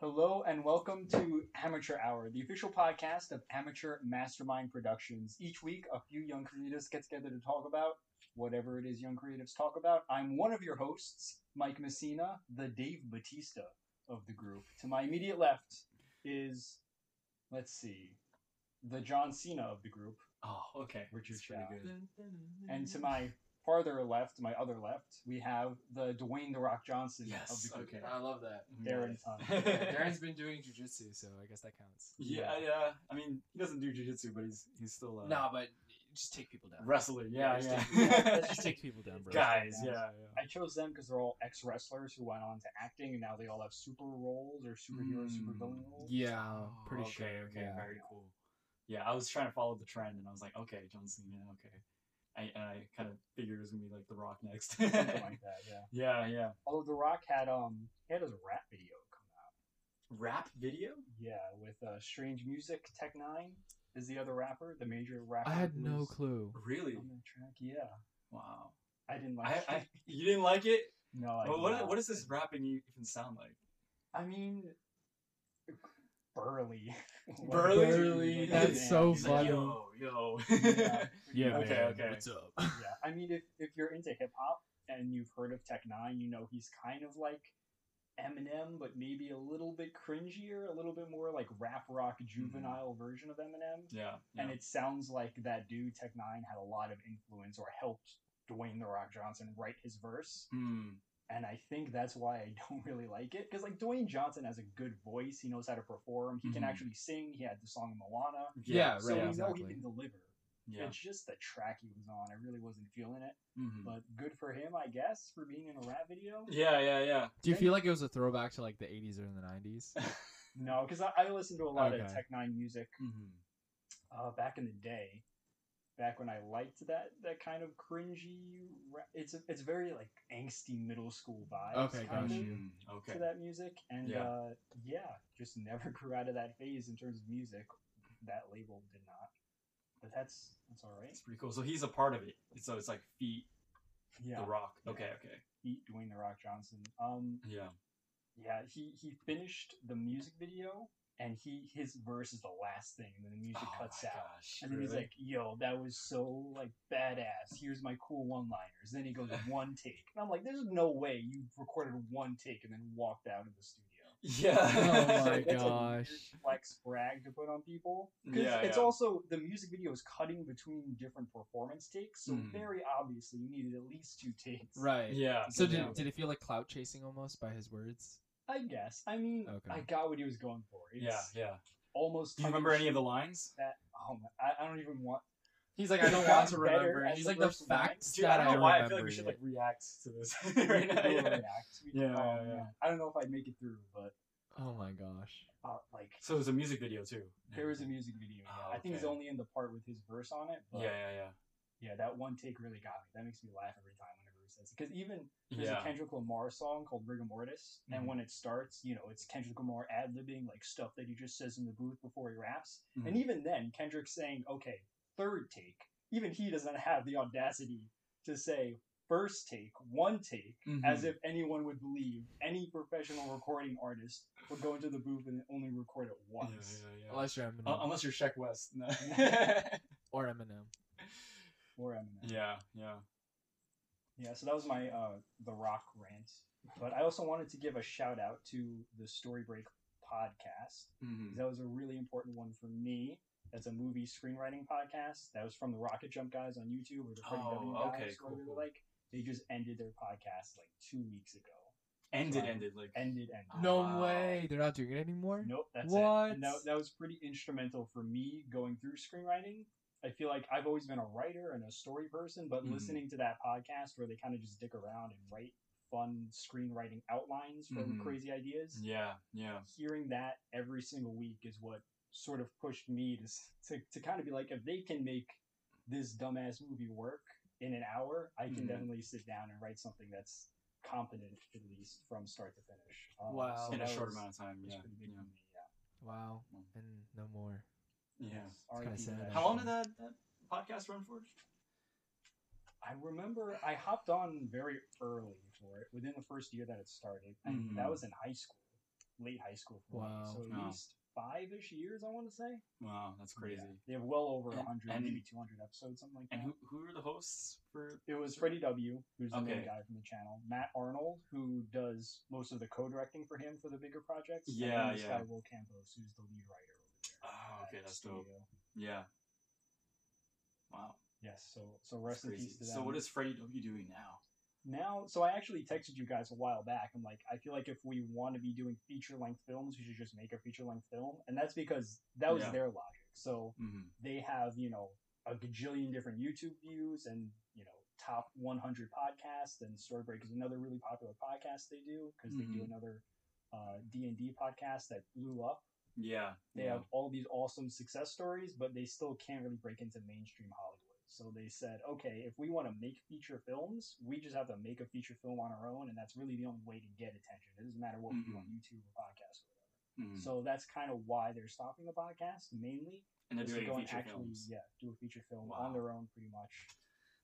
Hello and welcome to Amateur Hour, the official podcast of Amateur Mastermind Productions. Each week, a few young creatives get together to talk about whatever it is young creatives talk about. I'm one of your hosts, Mike Messina, the Dave Batista of the group. To my immediate left is, let's see, the John Cena of the group, Oh, okay. Richard That's pretty Shaw. good. And Mm-hmm. to my farther left, my other left, we have the Dwayne the Rock Johnson of the Yes. group. Okay. Uh, I love that. Darren Nice. Thompson. Darren's been doing jujitsu, so I guess that counts. yeah, yeah. I mean, he doesn't do jujitsu, but he's he's still uh, Nah, but just take people down. wrestler. Yeah, just yeah. take people down. Let's just take people down, bro. Guys, Guys. yeah, yeah. I chose them because they're all ex wrestlers who went on to acting, and now they all have super roles or superhero, Mm. supervillain roles. Hmm. Yeah, Oh, pretty okay, sure. Okay, yeah. very cool. Yeah, I was trying to follow the trend, and I was like, okay, John Cena. Okay, I, and I kind of figured it was gonna be like The Rock next. Something like that, yeah. yeah, yeah. Although The Rock had um he had his rap video come out. Rap video. Yeah, with uh, Strange Music, Tech Nine is the other rapper, the major rapper. I had who no was clue. Really? On that track, yeah. Wow. I didn't like. Um, I, it. I you didn't like it? no, I Well, did what not. what does this rapping even sound like? I mean, burly. Like, Burly? Burly, like, that's yeah, so he's like, funny. yo, yo. Yeah. Yeah. Okay, man, okay. What's up? Yeah, I mean, if, if you're into hip hop and you've heard of Tech Nine, you know he's kind of like Eminem, but maybe a little bit cringier, a little bit more like rap rock juvenile version of Eminem. Mm-hmm. yeah. And it sounds like that dude Tech Nine had a lot of influence or helped Dwayne the Rock Johnson write his verse, Hmm. and I think that's why I don't really like it because like Dwayne Johnson has a good voice, he knows how to perform, he can Mhm. actually sing. He had the song Moana, Yeah, so right, we know exactly. he can deliver. Yeah. It's just the track he was on. I really wasn't feeling it Mhm. but good for him, I guess, for being in a rap video. Yeah, yeah, yeah. Do you feel like it was a throwback to like the 80s or the 90s? No, because I, I listened to a lot of Okay. Tech Nine music Mm-hmm. uh, back in the day, back when I liked that that kind of cringy. Ra- it's it's very like angsty middle school vibes. Okay, kind got of, you. Okay. To that music, and Yeah. uh, yeah, just never grew out of that phase in terms of music. That label did not, but that's that's all right. It's pretty cool. So he's a part of it. So it's like feet, Yeah, the rock. Yeah. Okay, okay. He- Dwayne the Rock Johnson. Um, Yeah. Yeah, he he finished the music video, and he his verse is the last thing, and then the music cuts out. Oh gosh. And then he's like, "Yo, that was so like badass. Here's my cool one-liners." Then he goes one take, and I'm like, "There's no way you recorded one take and then walked out of the studio." yeah. Oh my Like, that's a weird gosh. flex brag to put on people because Yeah, it's yeah. also the music video is cutting between different performance takes, so Mhm. very obviously you needed at least two takes. Right. yeah. So Yeah. did, did it feel like clout chasing almost by his words? I guess. I mean, Okay. I got what he was going for. It's Yeah, yeah. Almost. Do you remember any of the lines? that oh my, I, I don't even want He's like, I don't want to remember. He's like, the facts Dude, I don't know why I feel like we should like react to this right now. Google Yeah. React. We- Yeah, oh, yeah, yeah. man. I don't know if I'd make it through, but Oh my gosh. uh, like So there's a music video too. there is a music video. Yeah. Oh, I think he's okay. only in the part with his verse on it. But Yeah, yeah, yeah. yeah, that one take really got me. That makes me laugh every time whenever he says it. Because even there's a Yeah. Kendrick Lamar song called Rigor Mortis, and Mhm. when it starts, you know, it's Kendrick Lamar ad libbing like stuff that he just says in the booth before he raps. And Mhm. even then, Kendrick's saying, okay, third take. Even he doesn't have the audacity to say first take, one take, as Mhm. if anyone would believe any professional recording artist would go into the booth and only record it Yeah, once. yeah, yeah. Unless you're Eminem. Mm-hmm. Uh, Un- um, Unless you're Sheck West. No. or Eminem. Or Eminem. yeah, yeah. Yeah, so that was my uh, The Rock rant. But I also wanted to give a shout out to the Story Break podcast. Mm-hmm. That was a really important one for me. That's a movie screenwriting podcast. That was from the Rocket Jump guys on YouTube or the Freddie Oh, W okay, guys, cool, whatever cool. they like. They just ended their podcast like two weeks ago. Ended, Right. ended like. Ended, ended. No Wow. way. They're not doing it anymore? Nope, that's it. What? And that, that was pretty instrumental for me going through screenwriting. I feel like I've always been a writer and a story person, but Mhm. listening to that podcast where they kind of just dick around and write fun screenwriting outlines for Mhm. crazy ideas, Yeah, yeah. hearing that every single week is what sort of pushed me to, s- to, to kind of be like, if they can make this dumbass movie work in an hour, I can Mhm. definitely sit down and write something that's competent, at least from start to finish. Um, Wow. so In a that short was- amount of time. was Yeah. pretty big for Yeah. me, yeah. Wow. Mm. And no more. yeah. R.I.P. kinda sad, Nash. actually. How long did that, that podcast run for? I remember I hopped on very early for it, within the first year that it started, and Mhm. that was in high school. late high school for me. Mm-hmm. Wow. So at Wow. least five ish years, I want to say. Wow, that's Oh. crazy. They have well over And- 100, and- maybe 200 episodes, something like that. And who who are the hosts for? It was Freddie W, who's the main Okay. guy from the channel. Matt Arnold, who does most of the co-directing for him for the bigger projects. and Yeah, then this yeah. guy, Will Campos, who's the lead writer over there. Oh, at okay, that's Studio. dope. Yeah. Wow. Yes, so so that's rest in crazy. peace to them. So what is Freddie W doing now? now? So I actually texted you guys a while back. I'm like, I feel like if we want to be doing feature length films, we should just make a feature length film, and that's because that was Yeah. their logic. So hmm they have you know a gajillion different YouTube views and you know top 100 podcasts and Story Break is another really popular podcast they do because they do another uh, D&D podcast that blew up. Yeah. They yeah. have all these awesome success stories, but they still can't really break into mainstream Hollywood. So they said, okay, if we want to make feature films, we just have to make a feature film on our own, and that's really the only way to get attention. It doesn't matter what we do on Mm-hmm. YouTube or podcast or whatever. Mhm. So that's kind of why they're stopping the podcast mainly and they're is to doing go and feature films. yeah do a feature film Wow. on their own pretty much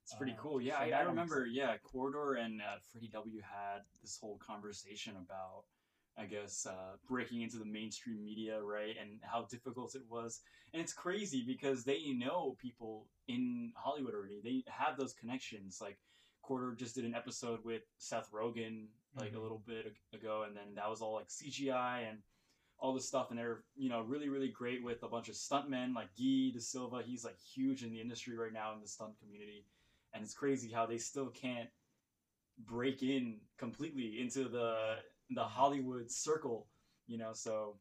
It's pretty Uh, cool. Yeah, so I, I that one's- remember. Yeah, Corridor and uh, Freddie W had this whole conversation about, I guess, uh, breaking into the mainstream media, right, and how difficult it was. And it's crazy because they know people in Hollywood already. They have those connections. Like Corridor just did an episode with Seth Rogen like a Mhm. little bit ag- ago, and then that was all like CGI and all this stuff, and they're you know really really great with a bunch of stuntmen like Guy De Silva. He's like huge in the industry right now in the stunt community, and it's crazy how they still can't break in completely into the the Hollywood circle, you know. So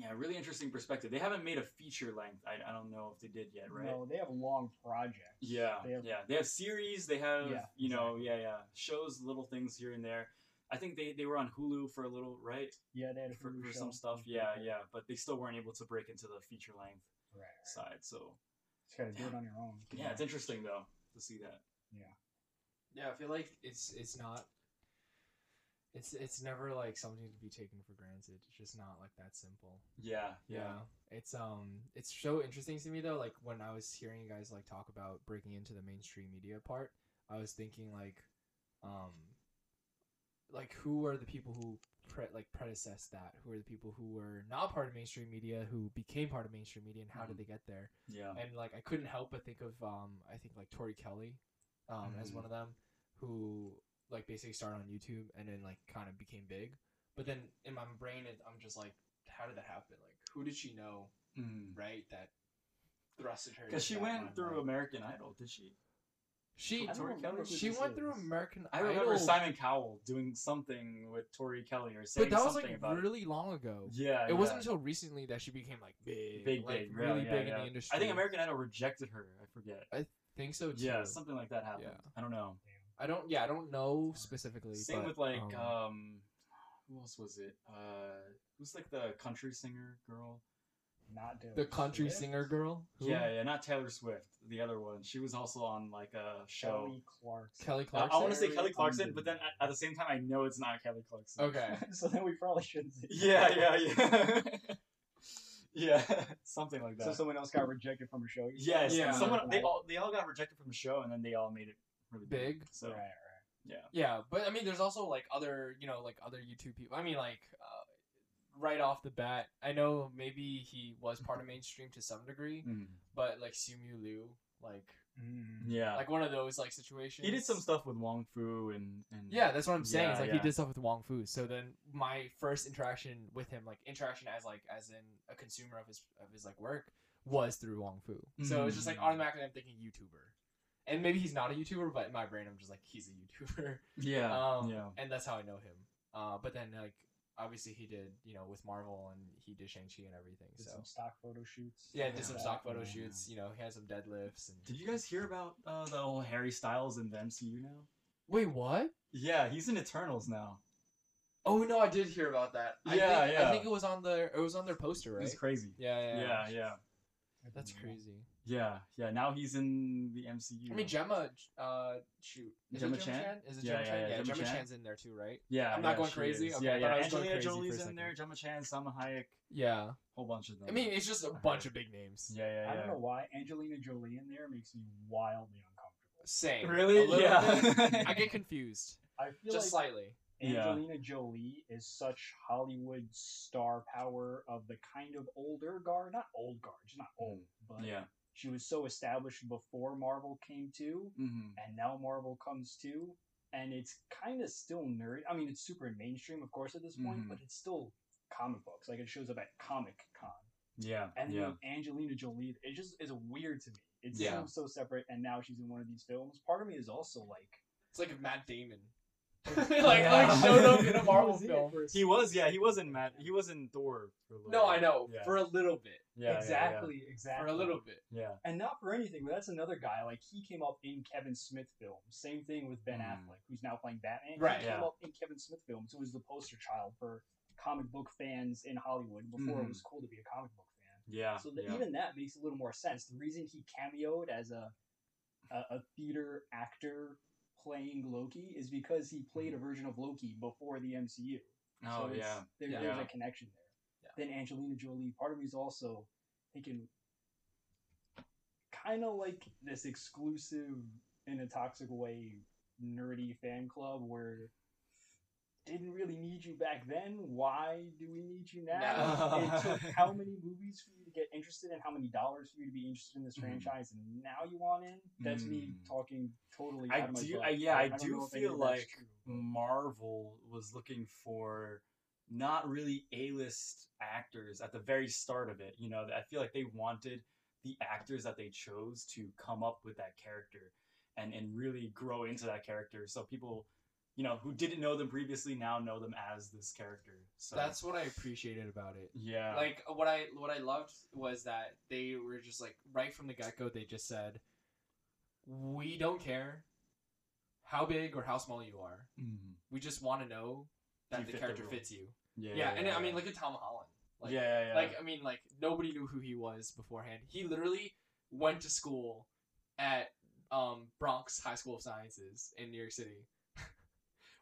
yeah, really interesting perspective. They haven't made a feature length. I, I don't know if they did yet, right? no they have long projects Yeah, they have, yeah. They have series. They have Yeah, you know, yeah, yeah, shows, little things here and there. I think they, they were on Hulu for a little, right? yeah they had a for, Hulu for show. some stuff. Yeah, yeah, but they still weren't able to break into the feature length right, right. side. So just gotta do it on your own yeah, it's interesting though to see that. Yeah, I feel like it's it's not. It's it's never like something to be taken for granted. It's just not like that simple. Yeah, Yeah. It's um it's so interesting to me though, like when I was hearing you guys like talk about breaking into the mainstream media part, I was thinking like um like who are the people who pre- like predecessed that? Who are the people who were not part of mainstream media who became part of mainstream media and how Mhm. did they get there? yeah, And like I couldn't help but think of um I think like Tori Kelly um as Mhm. one of them who like basically started on YouTube and then like kind of became big. But then in my brain it, I'm just like how did that happen? Like who did she know Mm. right that thrusted her Because Hmm. she into that went through limelight. American Idol, did she? she I don't Tori remember Kelly? who she this went through is. american I remember Idol, Simon Cowell doing something with Tori Kelly or saying but that was something like about. it. really long ago Yeah, it yeah. wasn't until recently that she became like big, big big, like yeah, really yeah, big in yeah. the industry I think American Idol rejected her. I forget. think so too Yeah, something like that happened. Yeah. I don't know. i don't yeah i don't know specifically Same but, with like um, um, who else was it? Uh, who's like the country singer girl? not doing the country Swift, singer girl who? Yeah, yeah, not Taylor Swift. The other one. She was also on like a show. Kelly Clarkson. kelly I- clarkson Um, I want to say Clarkson? Kelly Clarkson, but then at, at the same time, I know it's not Kelly Clarkson. okay so then we probably shouldn't say Yeah, yeah, yeah. yeah, something like that. so someone else got rejected from a show yes, Yeah. someone they all they all got rejected from the show, and then they all made it really big. Big. So right right Yeah, but I mean, there's also like other, you know, like other YouTube people. I mean, like uh, right off the bat, I know maybe he was part of mainstream to some degree, mm, but like Simu Liu, like Mm. yeah, like one of those like situations. he did some stuff with Wong Fu and and Yeah, that's what I'm saying. it's Yeah, like yeah. he did stuff with Wong Fu. So then my first interaction with him, like interaction as like as in a consumer of his of his like work, was through Wong Fu. So it's just like Mm. automatically I'm thinking YouTuber, and maybe he's not a YouTuber, but in my brain I'm just like he's a YouTuber. yeah, um, yeah. and that's how I know him. Uh, but then like obviously he did you know with Marvel and he did Shang Chi and everything. did so some stock photo shoots yeah, did some Yeah. stock photo Yeah. shoots. You know he had some deadlifts and. Did you guys hear about uh, the whole Harry Styles in the MCU now? Wait, what? Yeah, he's in Eternals now. Oh no, I did hear about that. I Yeah, think, yeah. I think it was on their it was on their poster, right? He's crazy. yeah, yeah, Yeah, yeah, That's crazy. yeah, yeah. Now he's in the MCU. I mean, Gemma, uh, shoot, is Gemma it Chan? Is it Yeah, Gemma yeah, Chan? yeah, Yeah, Gemma Gemma Chan. Chan's in there too, right? yeah, I'm not yeah, going she crazy? is. Okay, yeah, I yeah. thought I was going Angelina crazy for a Jolie's in second. there. Gemma Chan, Salma Hayek, Yeah, whole bunch of them. I mean, it's just a bunch of big names. yeah, yeah, yeah. I don't know why Angelina Jolie in there makes me wildly uncomfortable. Same. Really? A little Yeah. bit. I get confused, I feel just like slightly. Yeah. Angelina Jolie is such Hollywood star power of the kind of older guard, not old guard, she's not old, but Mm. Yeah. she was so established before Marvel came to, Mm-hmm. and now Marvel comes to, and it's kind of still nerd. I mean, it's super mainstream, of course, at this point, Mhm. but it's still comic books. Like it shows up at Comic Con, Yeah. and yeah. then Angelina Jolie. It just is weird to me. It Yeah. seems so separate, and now she's in one of these films. Part of me is also like, It's like if Matt Damon, like like Yeah. showed up in a He Marvel was in it film. for a He was, yeah, he wasn't Matt. He was in Thor. For a little No, bit. I know Yeah. for a little bit, yeah, yeah, exactly, exactly. for a little bit. Yeah. yeah. and not for anything, but that's another guy. Like he came up in Kevin Smith films. Same thing with Ben Mm. Affleck, who's now playing Batman. Right, He yeah. came up in Kevin Smith films. Who was the poster child for comic book fans in Hollywood before Mhm. it was cool to be a comic book fan. Yeah. so that yeah. even that makes a little more sense. The reason he cameoed as a a, a theater actor playing Loki is because he played a Hmm. version of Loki before the MCU. oh so it's- yeah. there- Yeah. there's Yeah. a connection there. Yeah. Then Angelina Jolie, part of me is also thinking, kind of like this exclusive, in a toxic way, nerdy fan club where didn't really need you back then. Why do we need you now? Now. it took how many movies for you to get interested in? How many dollars for you to be interested in this Mhm. franchise? And now you want in? That's me Mm. talking totally. I out of my do- butt. I- yeah, I don't do know if any feel of that's like true, but- Marvel was looking for not really A-list actors at the very start of it. You know, I feel like they wanted the actors that they chose to come up with that character and and really grow into that character. So people, you know, who didn't know them previously now know them as this character. So That's what I appreciated about it. yeah. Like what I what I loved was that they were just like right from the get go. They just said, "We don't care how big or how small you are. Mhm. We just want to know You that fit the the character role." fits you." yeah, Yeah, and I mean, look at Tom Holland. Like, yeah, yeah, yeah. Like I mean, like nobody knew who he was beforehand. He literally went to school at um, Bronx High School of Sciences in New York City,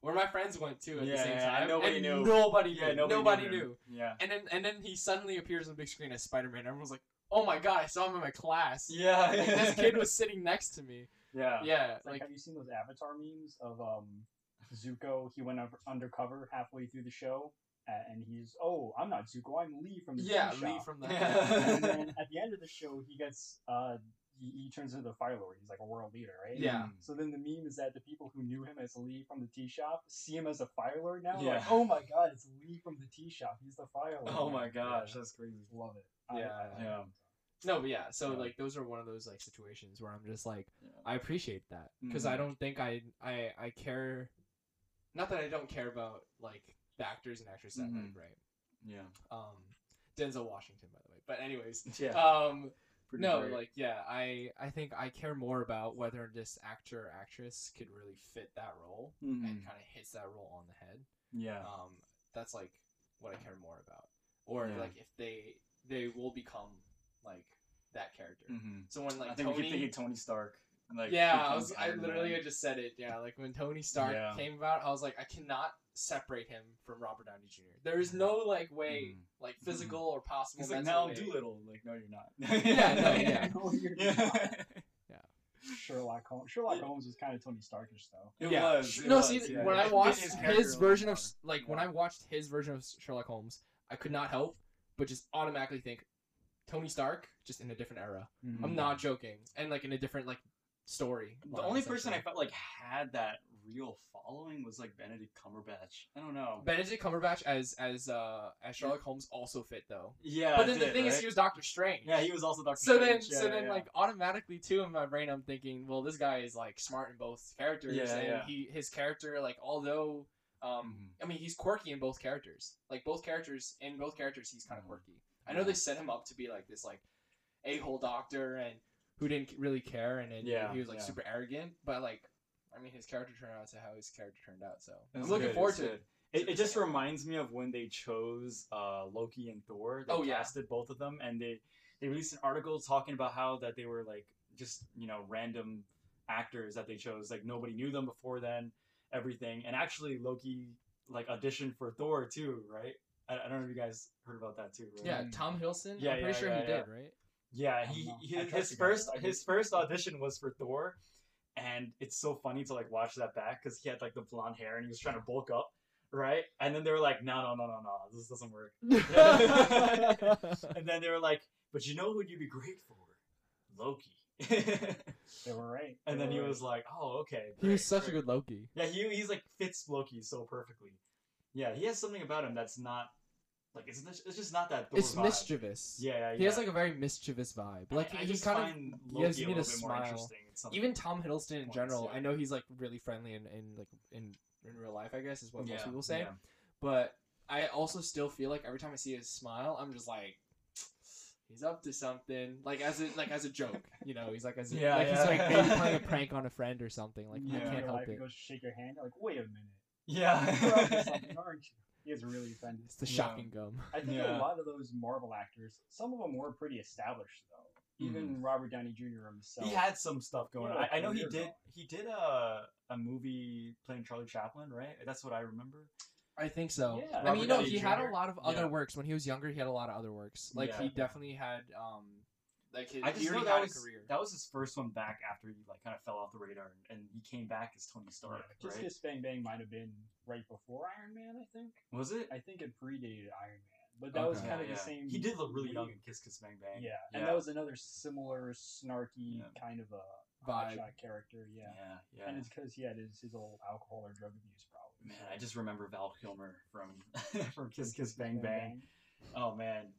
where my friends went to at Yeah, the same yeah, time. and nobody and knew. Nobody knew. yeah, nobody, him. knew. Yeah. And then and then he suddenly appears on the big screen as Spider Man. Everyone's like, "Oh my god, I saw him in my class. Yeah. Like, this kid was sitting next to me." Yeah. Yeah, It's Like, like have you seen those Avatar memes of um, Zuko? He went up undercover halfway through the show, a- and he's, oh, I'm not Zuko, I'm Lee from the yeah, tea Lee shop." from the and Yeah. then at the end of the show, he gets, uh, he, he turns into the Fire Lord. He's like a world leader, right? Yeah. So then the meme is that the people who knew him as Lee from the tea shop see him as a Fire Lord now. Like, Yeah. oh my God, it's Lee from the tea shop. He's the Fire Mm. Lord. Oh my now." gosh, that's crazy. Love it. Yeah. Yeah. no, but yeah. So Yeah. like those are one of those like situations where I'm just like, Yeah. I appreciate that because I Mhm. don't think I I I care. Not that I don't care about like the actors and actresses that Mhm. like, right? Yeah. Um, Denzel Washington, by the way. But anyways, Yeah. um, pretty no, great. like yeah, I I think I care more about whether this actor or actress could really fit that role Mhm. and kind of hits that role on the head. yeah. Um, that's like what I care more about, or Yeah. like if they they will become like that character. hmm So when like I think Tony, we keep thinking Tony Stark. Like yeah, I becomes was. I Iron literally Man. just said it. Yeah, like when Tony Stark Yeah. came about, I was like, I cannot separate him from Robert Downey Jr. There is no like way, Mhm. like physical or possible. He's like, mental now way. Doolittle. Like, no, you're not. Yeah, no, yeah. No, you're not. yeah. Sherlock Holmes. Sherlock Yeah. Holmes was kind of Tony Starkish though. It yeah. was. Sh- it no, was, see, yeah, when yeah. It I fit watched his, character a lot version more. of s- like when I watched his version of Sherlock Holmes, I could not help but just automatically think Tony Stark, just in a different era. I'm Mhm. not joking, and like in a different like story. The only person I felt like had that real following was like Benedict Cumberbatch. I don't know. Benedict Cumberbatch as as uh as Sherlock Holmes also fit though. yeah, but it then the did, thing is, right? he was Doctor Strange. yeah, he was also Doctor. so then, Strange. Yeah, so yeah, then, yeah. like automatically too in my brain, I'm thinking, well, this guy is like smart in both characters, Yeah, and yeah. he his character, like although, um, I mean, he's quirky in both characters. Like both characters in both characters, he's kind of Mhm. quirky. I know Yeah. they set him up to be like this like a hole doctor and who didn't really care, and then Yeah, he was like yeah. super arrogant, but like. I mean, his character turned out to how his character turned out. So It was I'm looking good, forward was to good. it. It, it just reminds me of when they chose uh, Loki and Thor. They Oh, yeah. casted both of them, and they they released an article talking about how that they were like just you know random actors that they chose. Like nobody knew them before then. Everything, and actually Loki like auditioned for Thor too, right? I, I don't know if you guys heard about that too. Right? Yeah, Mm. Tom Hiddleston. Yeah, I'm yeah, pretty sure yeah, he yeah. did, right? Yeah, don't he, know. I his, trust his you guys. first I his just- first audition was for Thor, and it's so funny to like watch that back because he had like the blonde hair and he was trying to bulk up, right? And then they were like, no, no, no, no, no, this doesn't work. yeah, And then they were like, but you know who'd you be great for? Loki. They were right. and They then he were right. was like, oh, okay. he was great, such a great." good Loki. Yeah, he he's like fits Loki so perfectly. Yeah, he has something about him that's not like it's mis- it's just not that. Thor It's vibe. mischievous. Yeah, yeah, yeah. He has like a very mischievous vibe. Like I, I he just kind find of Loki gives a me little the bit more smile. interesting. at some Even Tom Hiddleston in points, general, yeah. I know he's like really friendly and, and like in in real life, I guess is what Yeah, most people say. yeah. But I also still feel like every time I see his smile, I'm just like, he's up to something. Like as a like as a joke, you know, he's like as a, Yeah, like he's yeah. like maybe playing a prank on a friend or something. Like You Yeah. I know, can't you're help like, it. He goes to shake your hand. You're like, wait a minute. You're up to Yeah. something, aren't you? He is really offended. It's the Yeah. shocking gum. I think Yeah. a lot of those Marvel actors, some of them were pretty established though. Even Robert Downey Jr. himself. Mm-hmm. he had some stuff going. Yeah, on. like I, I know he career did. going. He did a a movie playing Charlie Chaplin, right? That's what I remember. I think so. Yeah. I mean, Robert you know, Downey he had Jr.. a lot of other Yeah. works when he was younger. He had a lot of other works. Like Yeah. he definitely had, um, like his, I just he know already that had was a career. that was his first one back after he like kind of fell off the radar, and, and he came back as Tony Stark. Kiss right? Kiss Uh, Bang Bang might have been right before Iron Man, I think. was it? I think it predated Iron Man, but that was Okay. Yeah, kind of yeah. the same. He did look really young league. in Kiss Kiss Bang Bang. Yeah. and that was another similar snarky Yeah. kind of a Vibe. hotshot character. Yeah, yeah, yeah. and it's because he had his, his old alcohol or drug abuse problem. Man, I just remember Val Kilmer from from Kiss Kiss Bang Bang. Oh man,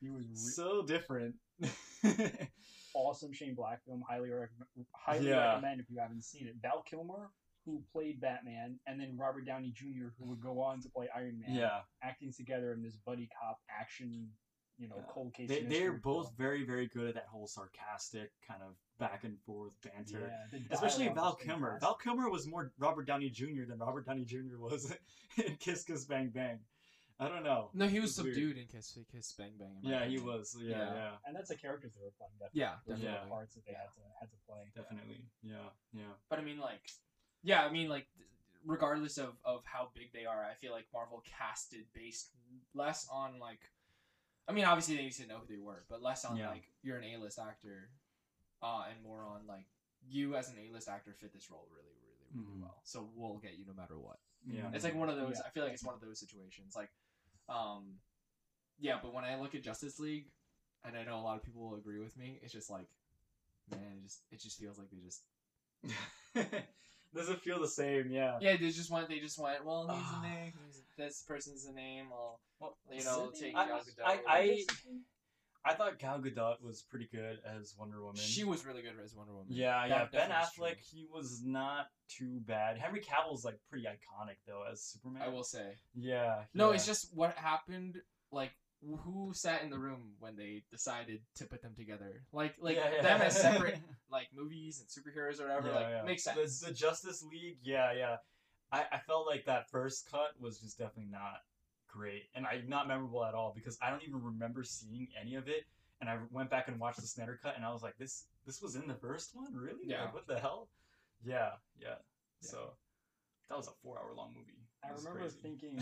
He was re- so different. awesome Shane Black film. Highly, rec- highly Yeah. recommend if you haven't seen it. Val Kilmer, who played Batman, and then Robert Downey Jr., who would go on to play Iron Man, yeah, acting together in this buddy cop action, you know, Yeah. cold case. they mystery they're both film. very very good at that whole sarcastic kind of back and forth banter. Yeah, the Especially dialogue Val was Kilmer. fantastic. Val Kilmer was more Robert Downey Jr. than Robert Downey Jr. was in Kiss Kiss Bang Bang. I don't know. No, he was It's weird. subdued in Kiss Kiss Bang Bang. in my Yeah, he opinion. was. Yeah, yeah, Yeah. and that's the characters they were playing. Definitely. Yeah, Those were definitely. Yeah. the parts that they Yeah. had to had to play. definitely. Yeah, yeah. But I mean, like, yeah, I mean, like, regardless of of how big they are, I feel like Marvel casted based less on like, I mean, obviously they used to know who they were, but less on Yeah. like you're an A list actor, uh, and more on like you as an A list actor fit this role really, really, really Mhm. well. So we'll get you no matter what. Yeah. It's like one of those. Yeah. I feel like it's one of those situations. Like, um, yeah. But when I look at Justice League, and I know a lot of people will agree with me, it's just like, man, it just it just feels like they just Doesn't feel the same, yeah. yeah they just went they just went well he's Ah. a name he's, this person's a name well Well, you know see, take I, Gal Gadot. I, I, I thought Gal Gadot was pretty good as Wonder Woman. she was really good as Wonder Woman yeah, yeah. That Ben definitely Affleck, is he was not too bad. Henry Cavill's like pretty iconic though as Superman. true. I will say Yeah. no yeah. it's just what happened like who sat in the room when they decided to put them together like like Yeah, yeah. them as separate like movies and superheroes or whatever Yeah, like yeah. makes The- sense The, Justice League, yeah, yeah. I, I felt like that first cut was just definitely not great and I not memorable at all because I don't even remember seeing any of it. And I went back and watched the Snyder cut and I was like, this this was in the first one, really? Yeah. Like, what the hell? Yeah, yeah. Yeah. So that was a four hour long movie. I It was remember crazy. thinking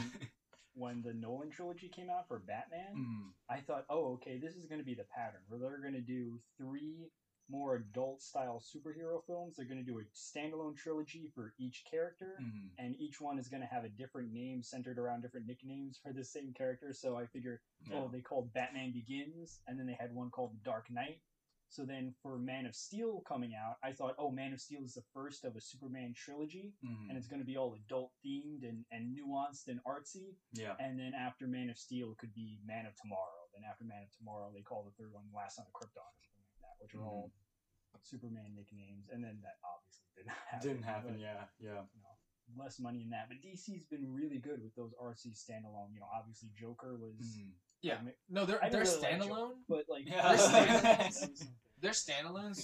when the Nolan trilogy came out for Batman, Mm, I thought, oh, okay, this is going to be the pattern where they're going to do three more adult style superhero films. They're going to do a standalone trilogy for each character, mm. and each one is going to have a different name centered around different nicknames for the same character. So I figured, Yeah. oh, they called Batman Begins, and then they had one called The Dark Knight. So then for Man of Steel coming out, I thought, oh, Man of Steel is the first of a Superman trilogy. Mm, And it's going to be all adult themed and, and nuanced and artsy. yeah. And then after Man of Steel, it could be Man of Tomorrow. Then after Man of Tomorrow, they call the third one Last Son of Krypton or something like that, which are Mm-hmm. all Superman nicknames. And then that obviously did not happen. Didn't happen, but, yeah, yeah. You know, less money in that. But DC's been really good with those RC standalone. You know, obviously Joker was. Mm. Yeah. I mean, no they're I they're didn't really like standalone Joker, but like Yeah. they're standalones. Yes. their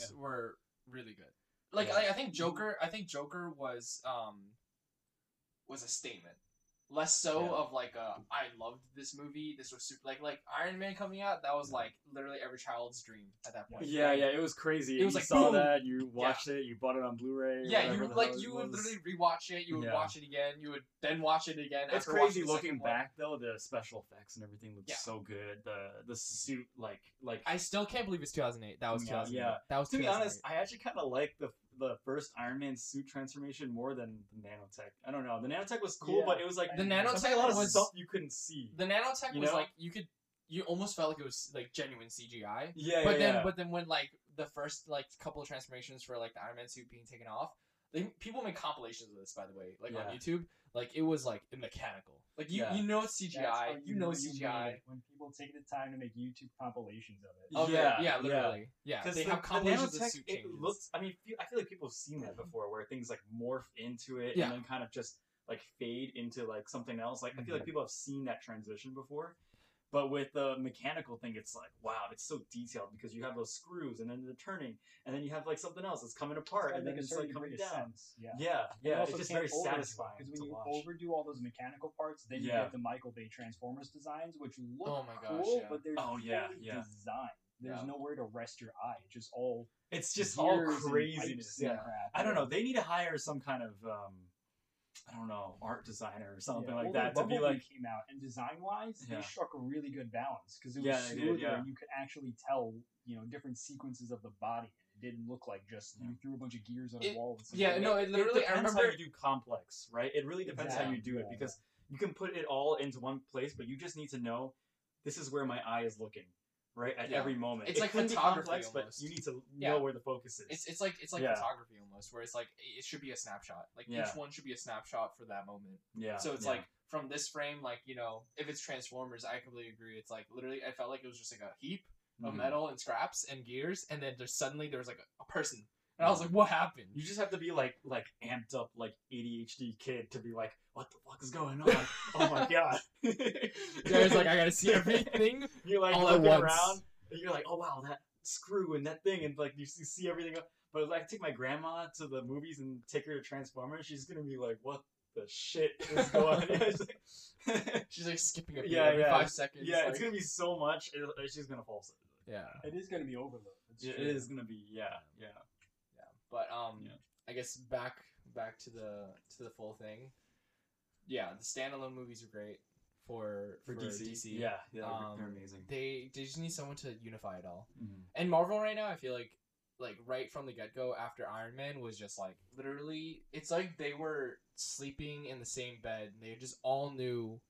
standalones were really good. Like Yeah. Mm-hmm. I, I think Joker, I think Joker was um was a statement, less so Yeah. of like a I loved this movie. This was super like like Iron Man coming out. That was like literally every child's dream at that point. Yeah, yeah, it was crazy. It was you like, saw boom. that, you watched it, you bought it on Blu-ray. Yeah, whatever you the like hell it you would was. literally rewatch it. You would Yeah. watch it again. You would then watch it again. It's after watching crazy the second looking one. back though. The special effects and everything looked Yeah. so good. The the suit, like like I still can't believe it's 2008. That was Yeah, 2008. yeah. That was to be 2008. honest, I actually kind of like the the first Iron Man suit transformation more than the nanotech. I don't know. The nanotech was cool, but it was like The something nanotech a lot of was- stuff you couldn't see. The nanotech You was know? like you could you almost felt like it was like genuine CGI. yeah, but yeah, then yeah. but then when like the first like couple of transformations for like the Iron Man suit being taken off, they people make compilations of this by the way, like on Yeah. YouTube. Like it was like mechanical. Like you, Yeah. you know it's CGI. That's You know what CGI. mean when people take the time to make YouTube compilations of it. Oh, Of it. Yeah, yeah, yeah. literally. Yeah, Because they have compilations of suit it changes. looks. I mean, fe- I feel like people have seen that before, where things like morph into it Yeah. and then kind of just like fade into like something else. Like I Mm-hmm. feel like people have seen that transition before, but with the mechanical thing, it's like wow, it's so detailed because you have those screws and then they're turning, and then you have like something else that's coming apart, and then it's like coming down. Yeah. Yeah, You yeah, also it's just can't very overdo it, satisfying Because to when you watch. overdo all those mechanical parts, then you Yeah. get the Michael Bay Transformers designs, which look Oh my gosh, cool, yeah. but they're Oh, yeah, poorly yeah. designed. There's Yeah. nowhere to rest your eye. It's Just all it's just all gears and craziness. pipes and Yeah, crap. I don't know. They need to hire some kind of. um I don't know, art designer or something Yeah, like well, that to when be Bumblebee like, came out and design wise, Yeah. they struck a really good balance because it was Yeah, they did, smoother yeah. and you could actually tell, you know, different sequences of the body. It didn't look like just you Yeah. threw a bunch of gears at a It- wall. and something yeah, like no, that. it it literally. I depends remember how you do complex, right? It really depends how you do it Exactly. because you can put it all into one place, but you just need to know this is where my eye is looking, right? At Yeah. every moment. It's It like can be photography but almost. you need to Yeah. know where the focus is. It's it's like it's like Yeah. photography almost, where it's like it should be a snapshot. Like Yeah. each one should be a snapshot for that moment. yeah. so it's yeah. like from this frame, like you know, if it's Transformers, I completely agree. It's like literally, I felt like it was just like a heap of Mhm. metal and scraps and gears, and then just suddenly there was like a, a person, and I was like, what happened? Mm-hmm. You just have to be like like amped up like ADHD kid to be like, what the fuck is going on? oh my god. There's like I gotta see everything. you're like all at looking once. around and you're like, oh wow, that screw and that thing, and like you see see everything. up. But like, take my grandma to the movies and take her to Transformers. She's gonna be like, what the shit is going? on? It's like- She's like skipping a beat Yeah, every yeah. five seconds. yeah, it's like- gonna be so much. It, it- she's gonna fall asleep. Yeah. It is going to be overload. It's It true. is gonna be yeah, yeah. But um, Yeah. I guess back back to the to the full thing. Yeah, the standalone movies are great for for, DC. yeah, yeah, they're- Um, they're amazing. They they just need someone to unify it all. Mhm. And Marvel right now, I feel like like right from the get go after Iron Man was just like literally it's like they were sleeping in the same bed and they just all knew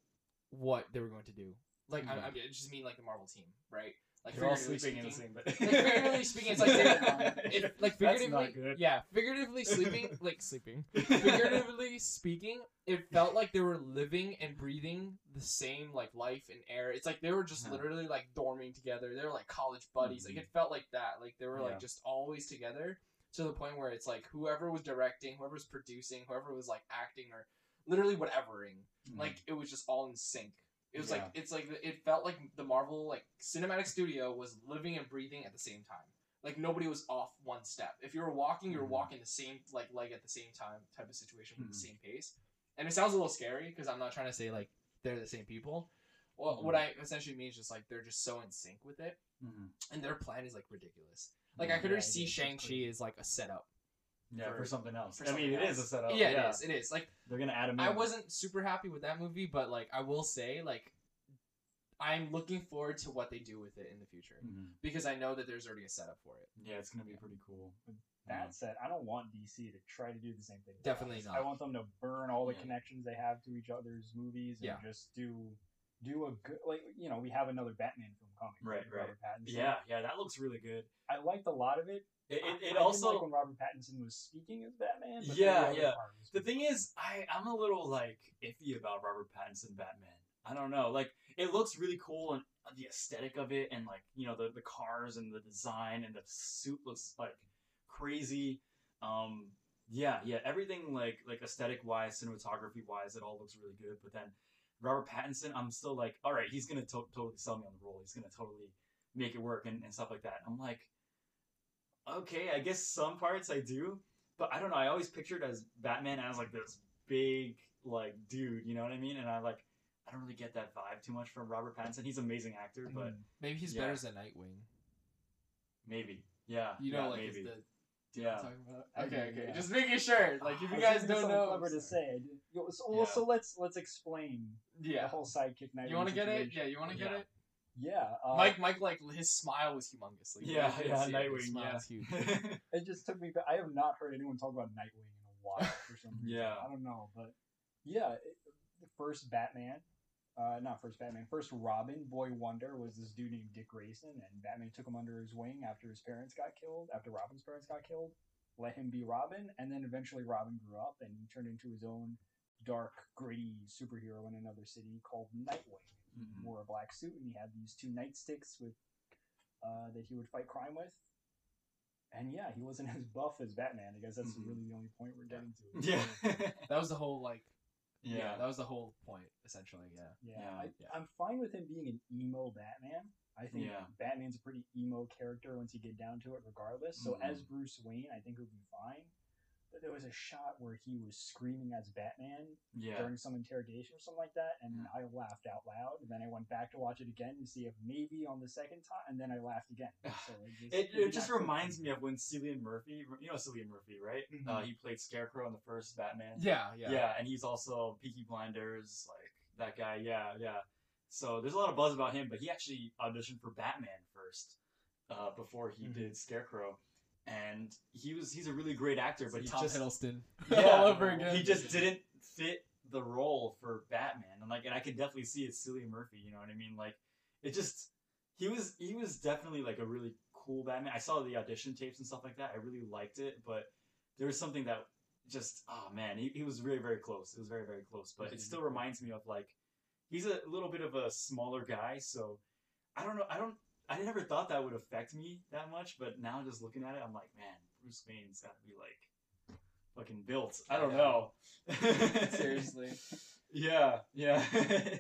what they were going to do. Like I, I, mean, I just mean like the Marvel team, right? Like Mm-hmm. They're all figuratively sleeping in the speaking- same bed. Like, figuratively speaking, it's like they- Yeah. it- That's like figuratively, not good. yeah, figuratively sleeping, like sleeping. Figuratively speaking, it felt like they were living and breathing the same like life and air. It's like they were just Yeah. Mm-hmm. literally like dorming together. They were like college buddies. Like it felt like that. Like they were Yeah. like just always together to the point where it's like whoever was directing, whoever was producing, whoever was like acting or literally whatevering. Mm-hmm. Like it was just all in sync. It was like it's like it felt like the Marvel like cinematic studio was living and breathing at the same time. Like nobody was off one step. If you were walking, you were Mhm. walking the same like leg at the same time type of situation with Mhm. the same pace. And it sounds a little scary because I'm not trying to say like they're the same people. Well, what I Mm-hmm. essentially mean is just like they're just so in sync with it, Mhm. and their plan is like ridiculous. Like I Yeah, could it already see is. It's Shang Chi pretty- is like a setup. yeah, for- for, something else. for I something mean, it is a else. setup. yeah, it is. It is like. They're gonna add him. I in. wasn't super happy with that movie, but like I will say, like I'm looking forward to what they do with it in the future Mhm. because I know that there's already a setup for it. Yeah, it's gonna be pretty cool. That said, I don't want DC to try to do the same thing. with Definitely us. not. I want them to burn all the Yeah. connections they have to each other's movies and Yeah. just do do a good like you know we have another Batman film coming. Right, with Robert Pattinson. Yeah, yeah, that looks really good. I liked a lot of it. It, I- I it, it didn't also like when Robert Pattinson was speaking as Batman. But Yeah, every other yeah. part was the good. thing is, I I'm a little like iffy about Robert Pattinson Batman. I don't know. Like it looks really cool and the aesthetic of it, and like you know the the cars and the design and the suit looks like crazy. Um, yeah, yeah, everything like like aesthetic wise, cinematography wise, it all looks really good. But then Robert Pattinson, I'm still like, all right, he's gonna to- totally sell me on the role. He's gonna totally make it work and, and stuff like that. I'm like, okay, I guess some parts I do, but I don't know. I always pictured as Batman as like this big like dude, you know what I mean? And I like, I don't really get that vibe too much from Robert Pattinson. He's an amazing Mm-hmm. actor, but Mm. Maybe he's Yeah. better as a Nightwing. maybe, yeah, You know, yeah, like maybe, the yeah. I'm talking about. I Okay, mean, okay, yeah. just making sure. Like if I was you guys thinking don't something know, clever I'm to sorry. say. Yo, So, Yeah. so let's let's explain yeah. the whole sidekick night. You want to get it? Yeah, you want to get Yeah. it? Yeah, uh, Mike, Mike, like his smile was humongous. Like, Yeah, you couldn't yeah, see it, Nightwing, His smile yeah. was huge. it just took me. Back. I have not heard anyone talk about Nightwing in a while for some reason. Yeah. I don't know, but yeah, it, the first Batman, uh, not first Batman, first Robin, Boy Wonder was this dude named Dick Grayson, and Batman took him under his wing after his parents got killed, after Robin's parents got killed, let him be Robin, and then eventually Robin grew up and he turned into his own dark, gritty superhero in another city called Nightwing Mhm. wore a black suit and he had these two nightsticks with uh, that he would fight crime with. And yeah, he wasn't as buff as Batman. I guess that's Mhm. really the only point we're getting to. Yeah. That was the whole like. Mm-hmm. Yeah. yeah. That was the whole point essentially. Yeah. Yeah, Yeah, I, yeah. I'm fine with him being an emo Batman. I think Yeah. Batman's a pretty emo character once you get down to it, regardless. So Mhm. as Bruce Wayne, I think it would be fine. But there was a shot where he was screaming as Batman Yeah. during some interrogation or something like that, and I laughed out loud. And then I went back to watch it again to see if maybe on the second time, and then I laughed again. So just, It, it just not- reminds me of when Cillian Murphy, you know Cillian Murphy, right? Uh, he played Scarecrow in the first Batman. Yeah. yeah. and he's also Peaky Blinders, like that guy. Yeah, yeah. So there's a lot of buzz about him, but he actually auditioned for Batman first uh, before he Mhm. did Scarecrow, and he was he's a really great actor, It's but like he Tom just Hiddleston. Yeah. all over again. he just didn't fit the role for Batman, and like and I can definitely see it's Cillian Murphy. You know what I mean? Like it just he was he was definitely like a really cool Batman. I saw the audition tapes and stuff like that. I really liked it, but there was something that just oh man, he, he was very very close. It was very very close, but Mm-hmm. it still reminds me of like he's a little bit of a smaller guy, so I don't know. I don't. I never thought that would affect me that much, but now just looking at it, I'm like, man, Bruce Wayne's got to be like fucking built. I don't Yeah. know. Seriously. Yeah, yeah,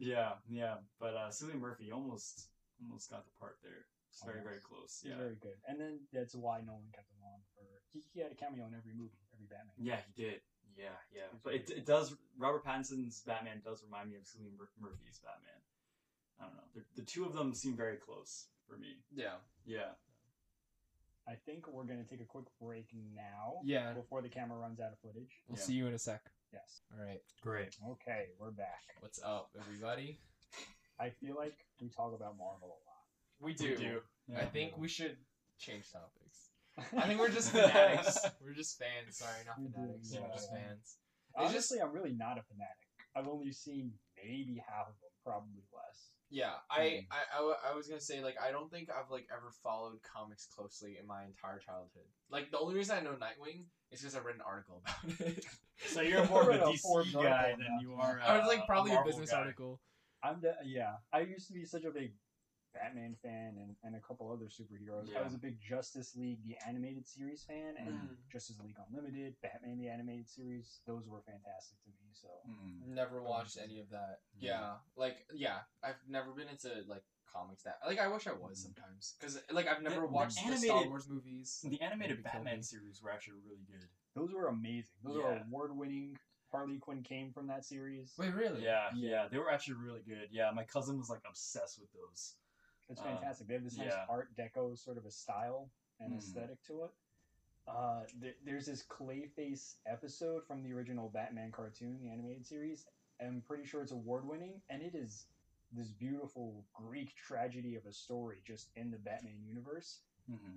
yeah, yeah. But uh, Cillian Murphy almost almost got the part there. It's very very Almost. close. He's Yeah, very good. And then that's why Nolan kept him on for he, he had a cameo in every movie, every Batman. yeah, he did. Yeah, yeah. He's But very it, good. it does. Robert Pattinson's Batman does remind me of Cillian Mur- Murphy's Batman. I don't know. The, the two of them seem very close for me. Yeah. Yeah. I think we're gonna take a quick break now Yeah. before the camera runs out of footage. We'll Yeah. see you in a sec. Yes. All right. Great. Okay, we're back. What's up, everybody? I feel like we talk about Marvel a We do. I Yeah. think we should change topics. lot. I think we're just fanatics. we're just fans. Sorry, not We do, fanatics. yeah. We're just fans. It's just- honestly I'm really not a fanatic. I've only seen maybe half of them, probably less. Yeah, I, Mhm. Mm. I, I, w- I was gonna say like I don't think I've like ever followed comics closely in my entire childhood. Like the only reason I know Nightwing is because I read an article about it. So you're more of We're a in a DC form guy article than now. you are. Uh, I was like probably a Marvel business guy. article. I'm de- yeah. I used to be such a big Batman fan and, and a couple other superheroes. I Yeah. was a big Justice League the animated series fan and Mm. Justice League Unlimited, Batman the animated series. Those were fantastic to me. So Hmm. Mm. never watched any of that. Yeah. Um, Yeah. like yeah, I've never been into like comics that like I wish I was Mm. Mhm. sometimes because like I've never The- the watched the Star animated- Wars movies. The animated Maybe kill Batman me. series were actually really good. those were amazing. Those were Yeah. award winning. Harley Quinn came from that series. Wait, really? Yeah, yeah, they were actually really good. Yeah, my cousin was like obsessed with those. It's Uh, fantastic. they have this nice yeah. Art Deco sort of a style and Mhm. aesthetic to it. Uh, th- there's this Clayface episode from the original Batman cartoon, the animated series. I'm pretty sure it's award winning, and it is this beautiful Greek tragedy of a story just in the Batman universe. Mm-hmm.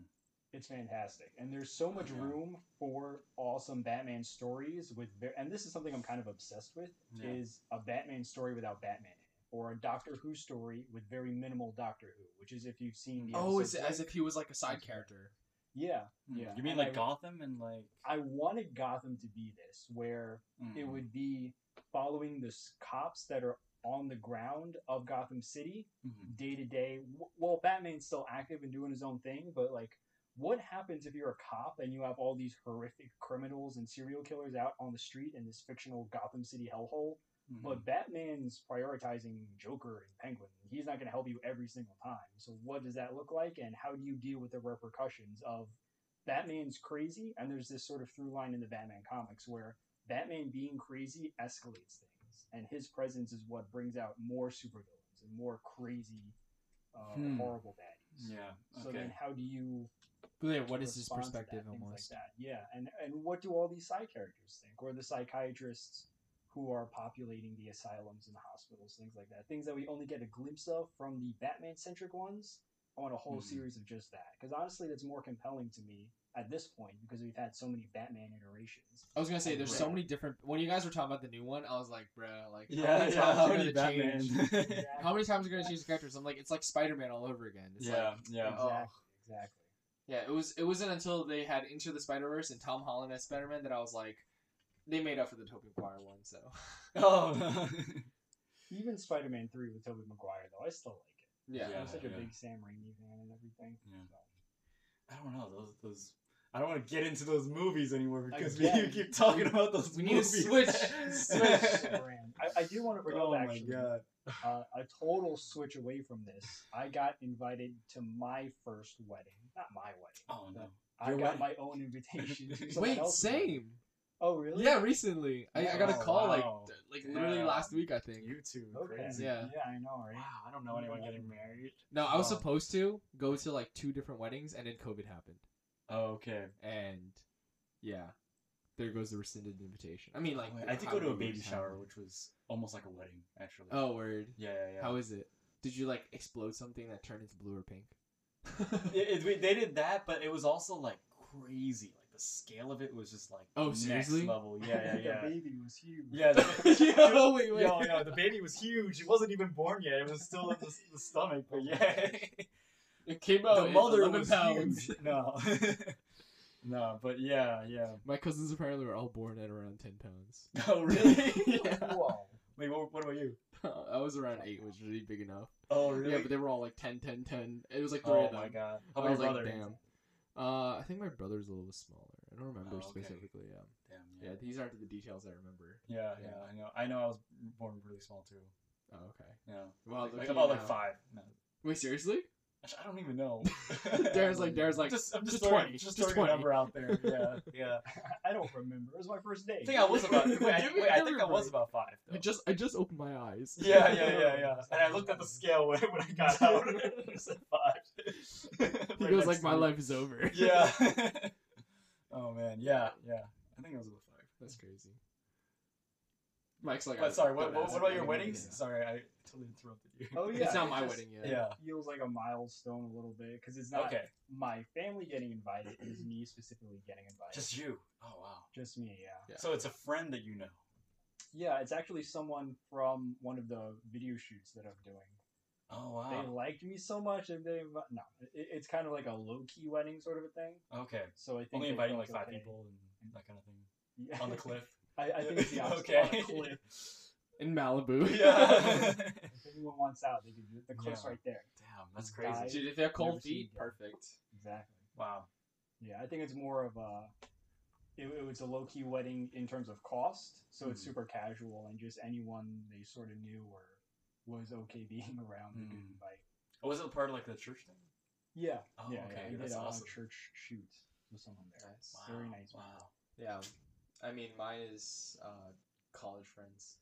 It's fantastic, and there's so much Yeah. room for awesome Batman stories with. Ver- and this is something I'm kind of obsessed with Yeah. is a Batman story without Batman in it, or a Doctor Who story with very minimal Doctor Who, which is if you've seen the episode Oh, is it as Blink- if he was like a side character? yeah. Mm. Yeah, You mean and like I- Gotham and like? I wanted Gotham to be this, where it Mm. Hmm. would be following the s- cops that are on the ground of Gotham City Mhm. day to day. W- Well, Batman's still active and doing his own thing, but like, what happens if you're a cop and you have all these horrific criminals and serial killers out on the street in this fictional Gotham City hellhole? Mhm. But Batman's prioritizing Joker and Penguin. He's not going to help you every single time. So what does that look like, and how do you deal with the repercussions of Batman's crazy? And there's this sort of through line in the Batman comics where Batman being crazy escalates things, and his presence is what brings out more supervillains and more crazy, uh, Hmm. horrible baddies. yeah. So Okay. then, how do you But yeah, what is his response to that, perspective things almost? Like that. Yeah, and and what do all these side characters think, or the psychiatrists who are populating the asylums and the hospitals, things like that. Things that we only get a glimpse of from the Batman centric ones. I want a whole Hmm. Mhm. series of just that. Because honestly, that's more compelling to me at this point because we've had so many Batman iterations. I was gonna say, there's so Right. many different. When you guys were talking about the new one, I was like, bruh, like, Yeah, how many yeah. times How are many they gonna change? Batman? How many times are gonna change the characters? I'm like, it's like Spider-Man all over again. It's yeah, like, yeah. oh. Exactly. Exactly. yeah. It was. It wasn't until they had Into the Spider-Verse and Tom Holland as Spider-Man that I was like, they made up for the Tobey Maguire one. So Oh. Even Spider Man 3 with Tobey Maguire, though, I still like it. yeah, Yeah. I'm such a yeah. big Sam Raimi fan and everything. Yeah. So. I don't know those those. I don't want to get into those movies anymore because we, Again. you keep talking about those. We need to movies. switch- Switch brand. I, I do want to bring oh up my actually god! uh, a total switch away from this. I got invited to my first wedding, not my wedding. Oh no! I Your got wedding? my own invitation. To someone Wait, else's wedding. same. Oh really? Yeah, recently I, I got a Oh, call like wow. d- like literally Yeah. last week I think. You two Okay. crazy. Yeah. Yeah, I know, Wow, right? I don't know anyone getting married. No, I was Wow. supposed to go to like two different weddings and then COVID happened. Oh, okay. And yeah, there goes the rescinded invitation. I mean, like I did how go to a many baby years shower, happened? which was almost like a wedding, actually. Oh, word. Yeah, yeah, yeah. How is it? Did you like explode something that turned into blue or pink? It- it- we- they did that, but it was also like crazy. Like the scale of it was just like Oh, next seriously? level. Yeah, yeah, the yeah. baby was huge. yeah. The, Yo, wait, wait. Yo, no, the baby was huge. It wasn't even born yet. It was still in the, the stomach, but yeah. It came out. the at mother 11 was pounds. huge. No. no, but yeah, yeah. My cousins apparently were all born at around ten pounds. Oh, really? Whoa. Wait, what, what about you? I was around eight, which is really big enough. Oh, really? Yeah, but they were all like 10, 10, 10. It was like three oh, of them. my God. I How about your was like, brother? damn. Uh, I think my brother's a little smaller. I don't remember Oh, okay. specifically. Yeah. Damn, Yeah, these aren't the details I remember. Yeah, yeah, I know. I know. I was born really small too. Oh, okay. Yeah, Well, like looking about like now- five. No, Wait, seriously? actually, I don't even know. Darren's like, Darren's like, just, I'm just, just throwing, 20, just, just throwing 20. a number out there. Yeah, yeah. I don't remember. It was my first day. I think I was about. Wait, I, Give me wait, I think I another was break. about five. I though. just I just opened my eyes. Yeah, yeah, yeah, yeah. And I looked at the scale when, when I got out. it said five. he Right next goes like, to my me. life is over. Yeah. oh man, yeah, yeah. I think I was about five. That's crazy. Mike's like, I But sorry, what, don't what, ask what me about your anything. weddings? Yeah. Sorry, I totally interrupted you. Oh, yeah. It's not my it's just- wedding yet. Yeah. feels like a milestone a little bit because it's not Okay. my family getting invited. It was me specifically getting invited. Just you. Oh wow. Just me. Yeah. Yeah. So it's a friend that you know. Yeah, it's actually someone from one of the video shoots that I'm doing. Oh They liked me so much that they invi- no, it, it's kind of like a low key wedding sort of a thing. Okay. So I think Only they inviting felt like five okay. people and that kind of thing Yeah. on the cliff. I, I think it's the opposite. On a okay. cliff. In Malibu. yeah. If anyone wants out, they can do it. The cliff's Yeah. right there. Damn, that's Guy. crazy. Dude, if they have Never cold seen feet, that. perfect. Exactly. Wow. Yeah, I think it's more of a. It, it was a low key wedding in terms of cost, so it's Mhm. super casual and just anyone they sort of knew or was okay being around they could Mhm. invite. Oh, was it part of like the church thing? Yeah, Oh, yeah, okay, yeah. I did that's a awesome. church shoot with someone there. Nice. Wow. Very nice. Wow. Yeah. I mean, mine is uh, college friends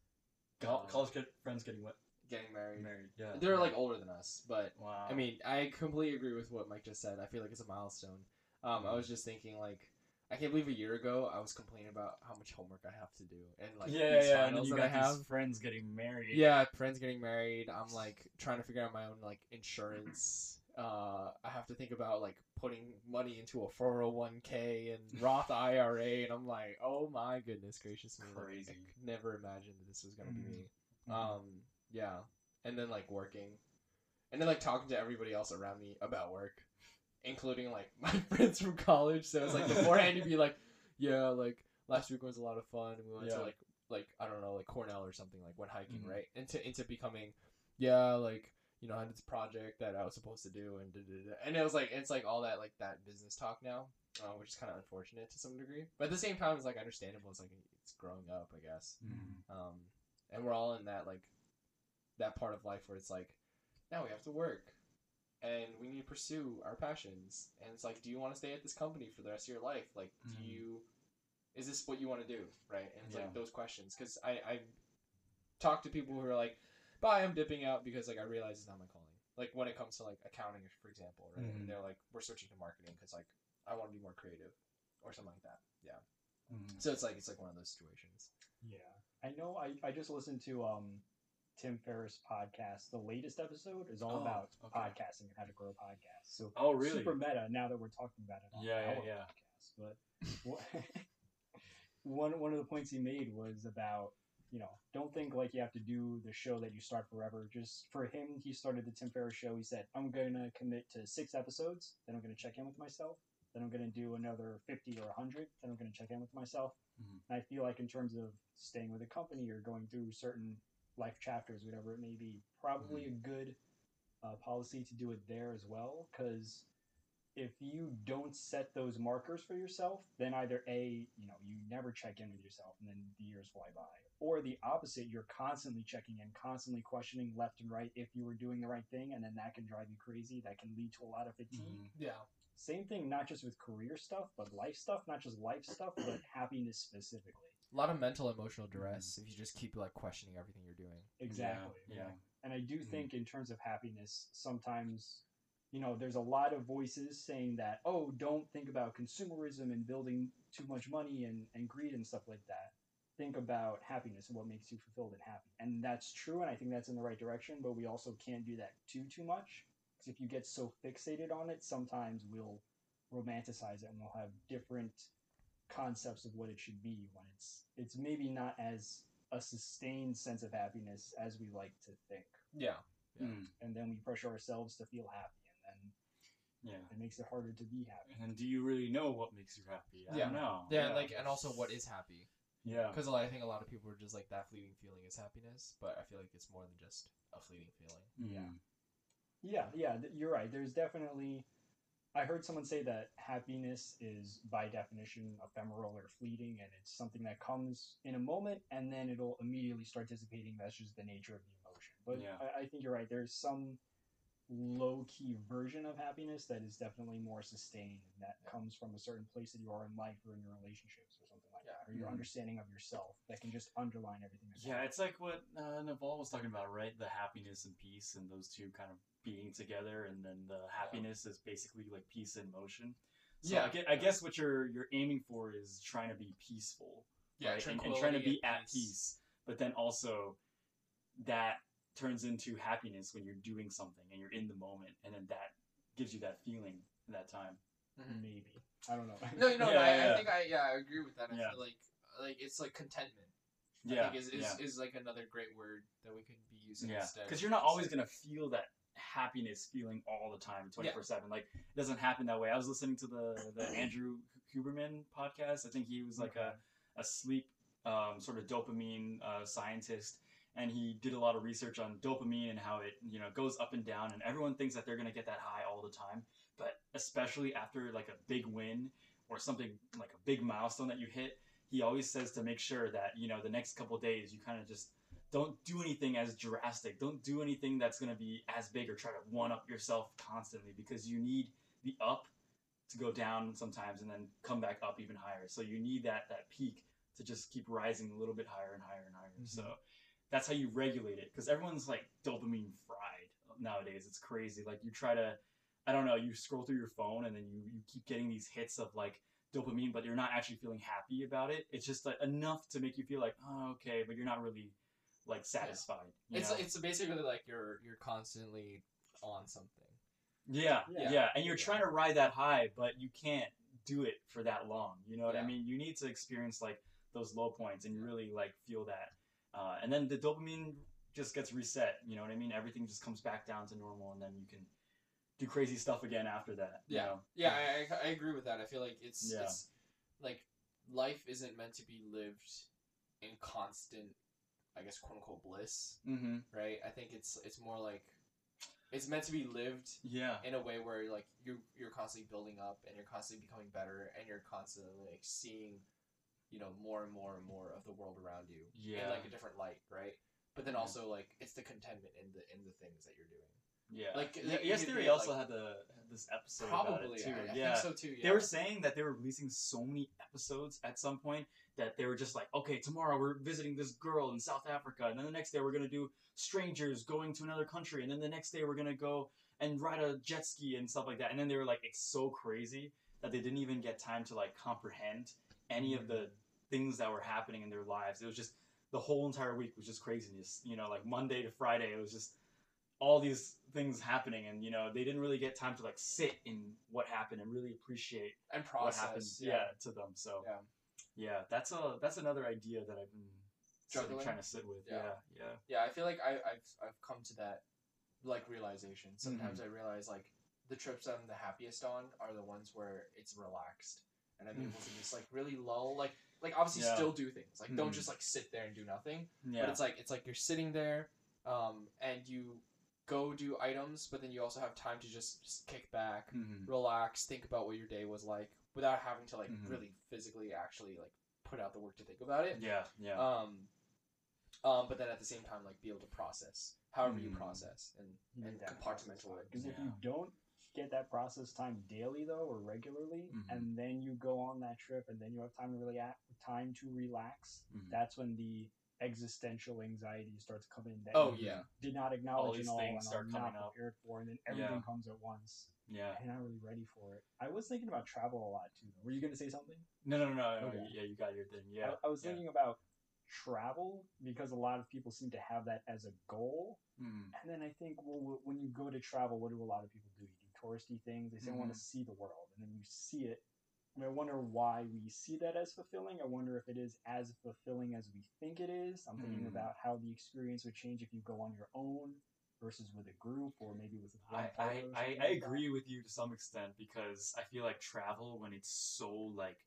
Col- Um, college kid friends getting wet. getting married. Married. Yeah. They're like older than us, but Wow. I mean, I completely agree with what Mike just said. I feel like it's a milestone. Um, I was Mm-hmm. just thinking like. I can't believe a year ago I was complaining about how much homework I have to do and like yeah, these yeah. And then finals you that I got have. these friends getting married. Yeah, friends getting married. I'm like trying to figure out my own like insurance. Uh, I have to think about like putting money into a 401k and Roth IRA, and I'm like, oh my goodness gracious me! like, I Crazy. Mm-hmm. could never imagined that this was gonna Mhm. be me. Mm, Um, yeah, and then like working, and then like talking to everybody else around me about work, including like my friends from college. So it's like beforehand you'd be like, yeah, like last week was a lot of fun, and we went Yeah. to like like I don't know, like Cornell or something, like went hiking, Mhm. right? Into into becoming, yeah, like you know, I had this project that I was supposed to do, and da, da, da. and it was like it's like all that like that business talk now, uh, which is kind of unfortunate to some degree, but at the same time, it's like understandable. It's like it's growing up, I guess. Mhm. Um, and we're all in that like that part of life where it's like now we have to work and we need to pursue our passions and it's like do you want to stay at this company for the rest of your life like do Mhm. you is this what you want to do right and it's Yeah. like those questions because i i talk to people who are like bye i'm dipping out because like i realize it's not my calling like when it comes to like accounting for example right Mhm. and they're like we're switching to marketing because like i want to be more creative or something like that yeah mm. So it's like it's like one of those situations. Yeah. I know I, I just listened to um Tim Ferriss podcast. The latest episode is all Oh, about okay. podcasting and how to grow a podcast. So Oh, really? super meta now that we're talking about it on Yeah, yeah, our yeah. podcast. But wha- one one of the points he made was about, you know, don't think like you have to do the show that you start forever. Just for him, he started the Tim Ferriss show. He said, I'm gonna commit to six episodes, then I'm gonna check in with myself, then I'm gonna do another fifty or hundred, then I'm gonna check in with myself. Mhm. And I feel like in terms of staying with a company or going through certain life chapters, whatever it may be, probably a good uh, policy to do it there as well. Because if you don't set those markers for yourself, then either A, you know, you never check in with yourself and then the years fly by, or the opposite, you're constantly checking in, constantly questioning left and right if you were doing the right thing, and then that can drive you crazy. That can lead to a lot of fatigue Mm-hmm. Mhm. Yeah. same thing not just with career stuff but life stuff not just life stuff but happiness specifically A lot of mental emotional Mm-hmm. duress if you just keep like questioning everything you're doing. exactly Yeah. yeah. and i do Mhm. think in terms of happiness sometimes you know there's a lot of voices saying that oh don't think about consumerism and building too much money and, and greed and stuff like that think about happiness and what makes you fulfilled and happy and that's true and i think that's in the right direction but we also can't do that too too much because if you get so fixated on it sometimes we'll romanticize it and we'll have different concepts of what it should be when it's it's maybe not as a sustained sense of happiness as we like to think Yeah. Yeah. Mm. and then we pressure ourselves to feel happy and mm, Yeah. then it makes it harder to be happy And then do you really know what makes you happy? I Yeah. don't know. Yeah, and like and also what is happy? Yeah. Because I think a lot of people are just like that fleeting feeling is happiness, but I feel like it's more than just a fleeting feeling. Yeah. Mm. yeah yeah th- you're right there's definitely i heard someone say that happiness is by definition ephemeral or fleeting and it's something that comes in a moment and then it'll immediately start dissipating that's just the nature of the emotion but Yeah. I, I think you're right there's some low key version of happiness that is definitely more sustained and that comes from a certain place that you are in life or in your relationships or something like that or your Mhm. understanding of yourself that can just underline everything that's Yeah, it's like what uh, Naval was talking about, right? The happiness and peace, and those two kind of being together, and then the happiness is basically like peace in motion. So I, Yeah. gue- I guess what you're you're aiming for is trying to be peaceful, Yeah. right? And, and trying to tranquility be at peace. peace, but then also that turns into happiness when you're doing something and you're in the moment, and then that gives you that feeling in that time. Mhm. maybe i don't know No, no, no, Yeah, I, yeah. I think I yeah I agree with that. I Yeah. feel like like it's like contentment. Yeah, I think is, is, yeah. is like another great word that we could be using Yeah, instead. because you're not It's always like- gonna feel that happiness feeling all the time, Yeah. twenty four seven. Like it doesn't happen that way. I was listening to the the Andrew Huberman podcast. I think he was like a a sleep um, sort of dopamine uh, scientist, and he did a lot of research on dopamine and how it you know goes up and down. And everyone thinks that they're gonna get that high all the time, but especially after like a big win or something like a big milestone that you hit. He always says to make sure that you know the next couple days you kind of just don't do anything as drastic. Don't do anything that's going to be as big or try to one up yourself constantly because you need the up to go down sometimes and then come back up even higher. So you need that that peak to just keep rising a little bit higher and higher and higher. Mhm. So that's how you regulate it because everyone's like dopamine fried nowadays. It's crazy. Like you try to I don't know, you scroll through your phone and then you you keep getting these hits of like dopamine but you're not actually feeling happy about it. It's just like enough to make you feel like, "Oh, okay," but you're not really like satisfied. you It's know? it's basically like you're you're constantly on something. yeah, yeah, Yeah. and you're Yeah. trying to ride that high, but you can't do it for that long. You know what I Yeah. mean? You need to experience like those low points and Yeah. really like feel that, uh, and then the dopamine just gets reset. You know what I mean? Everything just comes back down to normal, and then you can do crazy stuff again after that. you Yeah, know? yeah, I- I, I agree with that. I feel like it's Yeah. it's like life isn't meant to be lived in constant, I guess, quote unquote bliss, Mm-hmm. right? I think it's it's more like it's meant to be lived Yeah. in a way where like you you're constantly building up and you're constantly becoming better and you're constantly like seeing, you know, more and more and more of the world around you Yeah. in like a different light, right? But then Yeah. also like it's the contentment in the in the things that you're doing. yeah. like, Ye- like, yes, you- theory yeah, also like- had the had this episode about Probably, it too. I, I yeah. think so too. Yeah. They were saying that they were releasing so many episodes at some point that they were just like, okay, tomorrow we're visiting this girl in South Africa, and then the next day we're gonna do strangers going to another country, and then the next day we're gonna go and ride a jet ski and stuff like that. And then they were like, it's so crazy that they didn't even get time to like comprehend any of the things that were happening in their lives. It was just the whole entire week was just craziness. You know, like Monday to Friday, it was just all these things happening, and you know they didn't really get time to like sit in what happened and really appreciate and what happened. process. Yeah. yeah. to them. So Yeah. yeah, that's a that's another idea that I've been sort of Juggling? trying to sit with. Yeah, Yeah. yeah. yeah i feel like I, i've i've come to that like realization Mm-hmm. sometimes i realize like the trips i'm the happiest on are the ones where it's relaxed and i'm Mm. able to just like really lull like like obviously Yeah. still do things like don't Mhm. just like sit there and do nothing Yeah. but it's like it's like you're sitting there um and you go do items but then you also have time to just, just kick back Mhm. relax think about what your day was like without having to like Mhm. really physically actually like put out the work to think about it Yeah, yeah. um, um, but then at the same time, like be able to process however you Mm. process and You and need that compartmentalize. Because if Yeah. you don't get that process time daily though or regularly, Mhm. and then you go on that trip and then you have time to really act, time to relax, Mhm. that's when the existential anxiety starts coming. That Oh you yeah, did not acknowledge these and all, things and start I'm coming not up. prepared for, and then everything Yeah. comes at once. yeah. I'm not really ready for it. I was thinking about travel a lot too. Though. Were you going to say something? No, no, no, no. Okay. Yeah, you got your thing. Yeah. I, I was yeah. thinking about travel because a lot of people seem to have that as a goal. Mm. And then I think, well, wh- when you go to travel, what do a lot of people do? You do touristy things. They say, I want to Mm-hmm. see the world. And then you see it. And I wonder why we see that as fulfilling. I wonder if it is as fulfilling as we think it is. I'm thinking Mm. about how the experience would change if you go on your own versus with a group or maybe with a I, partner or I, something I, I like that. agree with you to some extent because I feel like travel when it's so like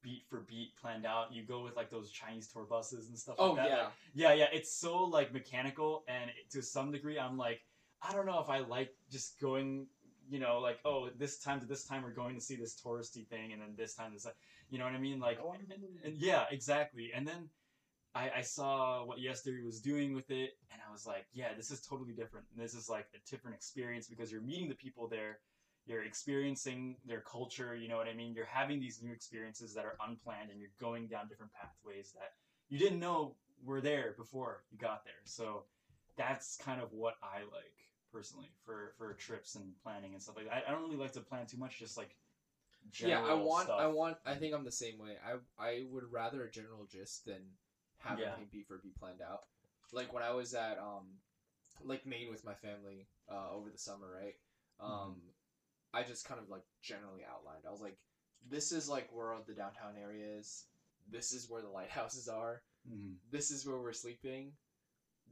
beat for beat planned out, you go with like those Chinese tour buses and stuff oh like that. yeah, like, yeah, yeah. It's so like mechanical and to some degree I'm like, I don't know if I like just going you know, like, oh, this time to this time we're going to see this touristy thing and then this time this you know what I mean? Like Go on the and- moon. and yeah, exactly. And then I, I saw what Yes Theory was doing with it, and I was like, yeah, this is totally different. This is like a different experience because you're meeting the people there, you're experiencing their culture. You know what I mean? You're having these new experiences that are unplanned, and you're going down different pathways that you didn't know were there before you got there. So that's kind of what I like personally for for trips and planning and stuff like that. I, I don't really like to plan too much, just like yeah. I general want, I stuff. want. I think I'm the same way. I I would rather a general gist than have Yeah. everything be for be planned out. Like when I was at um, like Maine with my family uh, over the summer, right? Mm-hmm. Um, I just kind of like generally outlined. I was like, this is like where the downtown area is. This is where the lighthouses are. Mhm. this is where we're sleeping.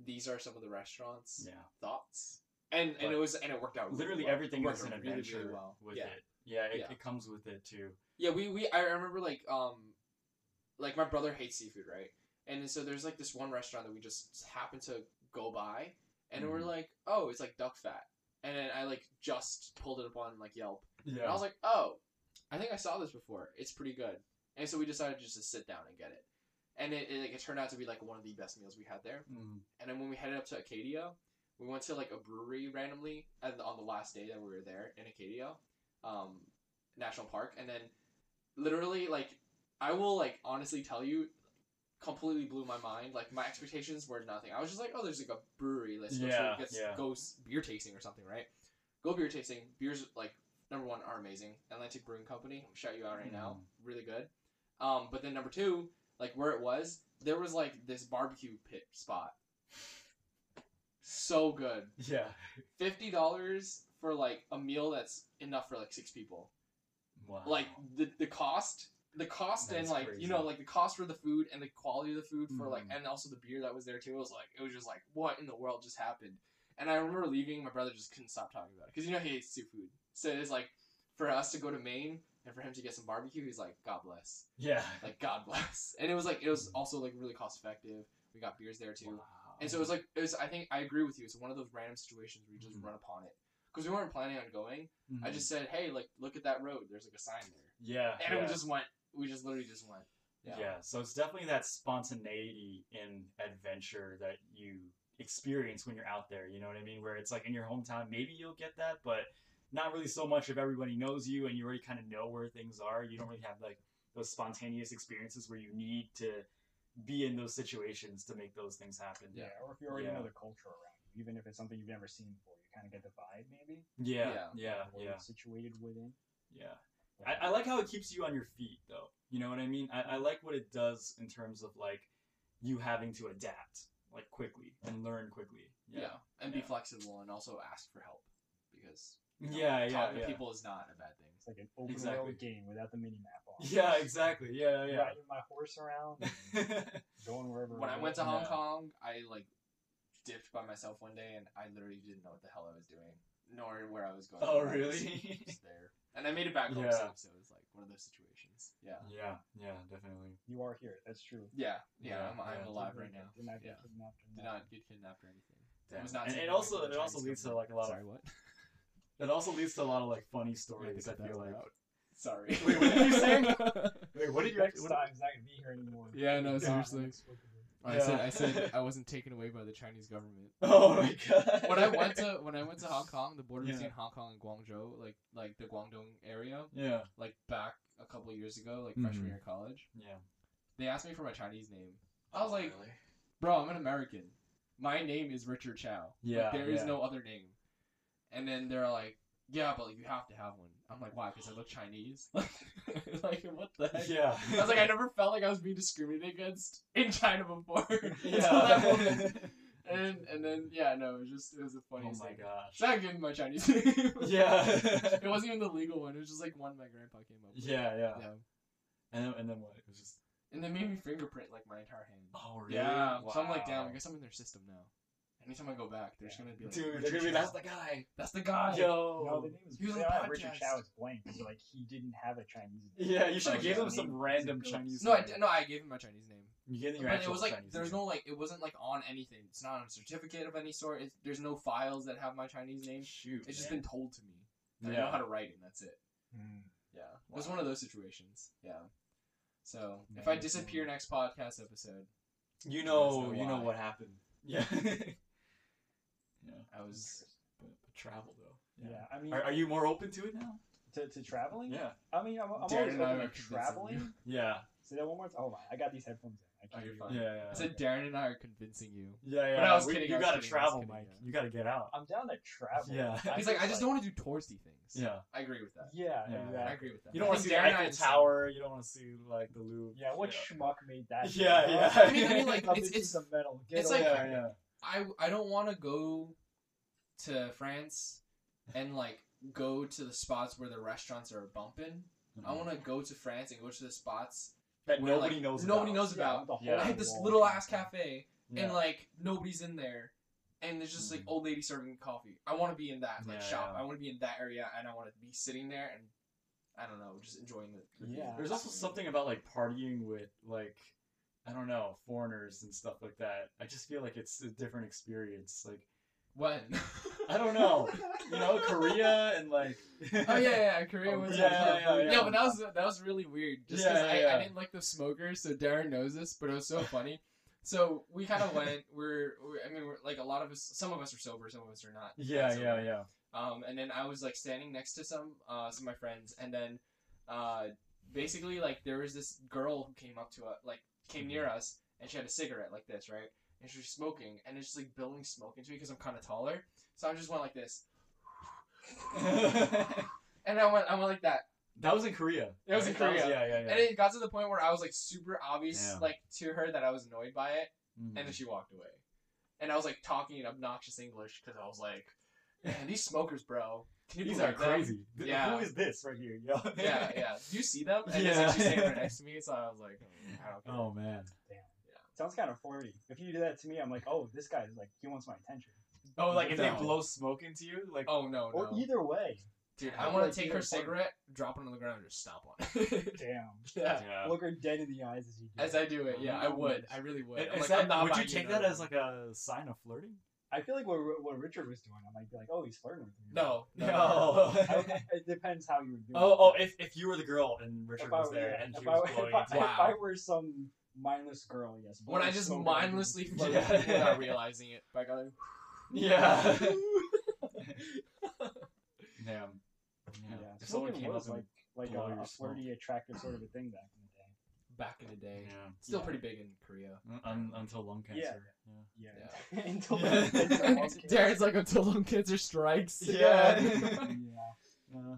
These are some of the restaurants. Yeah. Thoughts. And and it But was and it worked out really literally well. everything Worked is an out adventure with yeah. it. Yeah, it, Yeah. it comes with it too. Yeah, we we I remember like um like my brother hates seafood, right? And so there's like this one restaurant that we just happened to go by and we're Mhm. like, "Oh, it's like duck fat." And then I like just pulled it up on like Yelp. Yeah, And I was like, "Oh, I think I saw this before. It's pretty good." And so we decided just to sit down and get it. And it, it like it turned out to be like one of the best meals we had there. Mm. And then when we headed up to Acadia, we went to like a brewery randomly and on the last day that we were there in Acadia, um, National Park. And then literally, like, I will like honestly tell you, completely blew my mind. Like my expectations were nothing. I was just like, oh, there's like a brewery. Let's go, Yeah, let's yeah. go s- beer tasting or something, right? Go beer tasting. Beers like number one are amazing. Atlantic Brewing Company, shout you out right now, really good. Um, but then number two, like where it was, there was like this barbecue pit spot. So good. yeah, Fifty dollars for like a meal that's enough for like six people. wow. Like the the cost, the cost and That's like crazy. you know like the cost for the food and the quality of the food for like Mhm. and also the beer that was there too. It was like it was just like what in the world just happened. And I remember leaving, my brother just couldn't stop talking about it because you know he hates seafood. So it's like for us to go to Maine and for him to get some barbecue, he's like, God bless yeah, like God bless. And it was like it was also like really cost effective. We got beers there too, and so it was like it was. I think I agree with you. It's one of those random situations where you just Mhm. run upon it because we weren't planning on going. Mhm. I just said, hey, like look at that road. There's like a sign there, yeah, and yeah. we just went. We just literally just went. yeah. So it's definitely that spontaneity in adventure that you experience when you're out there. You know what I mean? Where it's like in your hometown, maybe you'll get that, but not really so much if everybody knows you and you already kind of know where things are. You don't really have like those spontaneous experiences where you need to be in those situations to make those things happen. Yeah, or if you already Yeah. know the culture around you, even if it's something you've never seen before, you kind of get the vibe maybe. Yeah, Yeah. yeah, or yeah, Situated within. yeah. I, I like how it keeps you on your feet, though. You know what I mean? I, I like what it does in terms of like you having to adapt like quickly and learn quickly. Yeah, Yeah, and Yeah. be flexible and also ask for help because you know, yeah, yeah, talking yeah. to people is not a bad thing. It's like an open Exactly. world game without the mini map on. yeah exactly. Yeah, yeah. Riding my horse around, and going wherever. When I went to Hong Mm-hmm. Yeah. Kong, I like dipped by myself one day and I literally didn't know what the hell I was doing nor where I was going. Oh, I was really? just there, and I made it back home Yeah. safe, so it was like one of those situations. Yeah, yeah, yeah, definitely. you are here. That's true. yeah, yeah. Yeah, I'm, I'm yeah. alive right now. Did not get Yeah. kidnapped or Did not. not get kidnapped or anything. Damn. was not and taken it away also from it the also Chinese leads to like government. a lot Sorry, what? of it also leads to a lot of like funny I had to stories. I cut that feel one like. out. Sorry. Wait, what did you say? Wait, what did you Next actually? time, he's not gonna be here anymore. Yeah, no, Gone seriously. inexplicably. I said I Yeah. said I wasn't taken away by the Chinese government. Oh my god. When I went to when I went to Hong Kong, the border Yeah. between Hong Kong and Guangzhou, like like the Guangdong area, Yeah. like back a couple years ago, like freshman Mhm. year of college, Yeah. they asked me for my Chinese name. I was like, Oh, Really? Bro, I'm an American. My name is Richard Chow. Yeah, Like, there is yeah. no other name. And then they're like, yeah, but like, you have to have one. I'm like, why? Because I look Chinese. like, what the heck? Yeah. I was like, I never felt like I was being discriminated against in China before until that moment. Yeah. And and then yeah, no, it was just it was the oh funniest my thing. gosh. So I gave him my Chinese name. Yeah. it wasn't even the legal one. It was just like one my grandpa came up with. Yeah, yeah. yeah. And then, and then what? It was just. And they made me fingerprint like my entire hand. Oh Yeah. So I'm like, damn, Wow. I guess I'm in their system now. Anytime I go back, they're just gonna be like, Dude, they're "Richard gonna be Chow. that's the guy. That's the guy. Yo. No, the name is He was on yeah, the Richard podcast. Chow is blank. So like he didn't have a Chinese name. Yeah, you should have Oh, gave yeah. him some Name- random Zip code. Chinese. No, I name. di- no, I gave him my Chinese name. You gave him your But it actual was like Chinese there's name. no like it wasn't like on anything. It's not on a certificate of any sort. It's, there's no files that have my Chinese name. shoot. It's just man. been told to me. And I know yeah. how to write it. And that's it. Yeah, it was Wow. one of those situations. Yeah. So if I Amazing. disappear next podcast episode, You know know, you know why. what happened. Yeah. yeah. I was But, but travel though. Yeah. I mean, Are, are you more open to it now? to, to traveling? Yeah. I mean, I'm, I'm always Darren and I open to were convincing you. traveling. Yeah. Say that one more time. Oh my! I got these headphones in. I Oh, can't you're hear fine. you. Yeah. I Yeah. said Darren and I are convincing you. yeah, yeah. But I was we- kidding, You I was gotta kidding, I was travel, kidding, Mike. yeah. You gotta get out. I'm down to travel. Yeah. I I He's like, I just don't want to do touristy things. Yeah. I agree with that. Yeah, Yeah. I exactly. agree with that. You don't want I to think see the Darren and I are Eiffel the same. Tower. You don't want to see like the Louvre. Yeah, what Yeah. schmuck made that? Yeah, shit yeah. up? I mean, I mean, like Up it's into it's the metal. Get it's over like- it. yeah, yeah. I I don't want to go to France and like go to the spots where the restaurants are bumping. I want to go to France and go to the spots that where, nobody like, knows. Nobody about. knows Yeah, about. the whole Yeah. I hit this wall. little ass cafe Yeah. and like nobody's in there, and there's just like Mhm. old lady serving coffee. I want to be in that like Yeah, shop. yeah. I want to be in that area, and I want to be sitting there and I don't know, just enjoying the. the Yeah. There's also something about like partying with like I don't know foreigners and stuff like that. I just feel like it's a different experience. Like When? I don't know. you know, Korea and like Oh yeah, yeah, Korea Oh, was yeah, yeah, yeah, yeah, yeah, yeah. but that was that was really weird. Just because Yeah, yeah, I, yeah. I didn't like the smokers, so Darren knows this, but it was so funny. So we kind of went. We're, we're I mean, we're, like a lot of us. Some of us are sober, some of us are not. yeah, sober. yeah, yeah. Um, and then I was like standing next to some uh some of my friends, and then uh basically like there was this girl who came up to us, like came near Mm-hmm. us, and she had a cigarette like this, right? And she was smoking, and it's just like building smoke into me because I'm kind of taller, so I just went like this, and I went I went like that. that was in Korea. That was in That Korea. yeah, yeah, yeah. And it got to the point where I was like super obvious, Yeah. like to her that I was annoyed by it, Mhm. and then she walked away. And I was like talking in obnoxious English because I was like, "Man, these smokers, bro, can you These are believe them?" crazy. Th- Yeah. Who is this right here? Yo? yeah, yeah. Do you see them? And it's Yeah. like she's standing right next to me, so I was like, oh, I don't care. Oh man. Sounds kind of flirty. If you do that to me, I'm like, oh, this guy's like, he wants my attention. Oh, like if they No. blow smoke into you, like Oh no, Or no, either way. dude! I I want like to take either her one. cigarette, drop it on the ground, and just stomp on it. Damn. yeah. Look her dead in the eyes as you do. As it. I do it, yeah, I would. I really would. I'm Mm-hmm. Is like, that- I'm not would you buying take no- that as like a sign of flirting? I feel like what, what Richard was doing, I might be like, oh, he's flirting with me. No, no. I, it depends how you would do Oh, it. oh! If, if you were the girl and Richard If I was were- there yeah, and if she I was were- blowing if I- into you. Wow. if I were some mindless girl, yes. but When I I'm just so mindlessly good. flirt Yeah. without realizing it by going. Yeah. Damn. Yeah, Yeah. If someone smoking came up was and like like blow a, your a flirty, attractive sort of a thing back in the day. back in the day. yeah. Still Yeah. pretty big in Korea. Un- un- until lung cancer. Yeah. Yeah. Yeah. Until Yeah. the- until one came- Darren's like until lung cancer strikes. Yeah. yeah. Uh,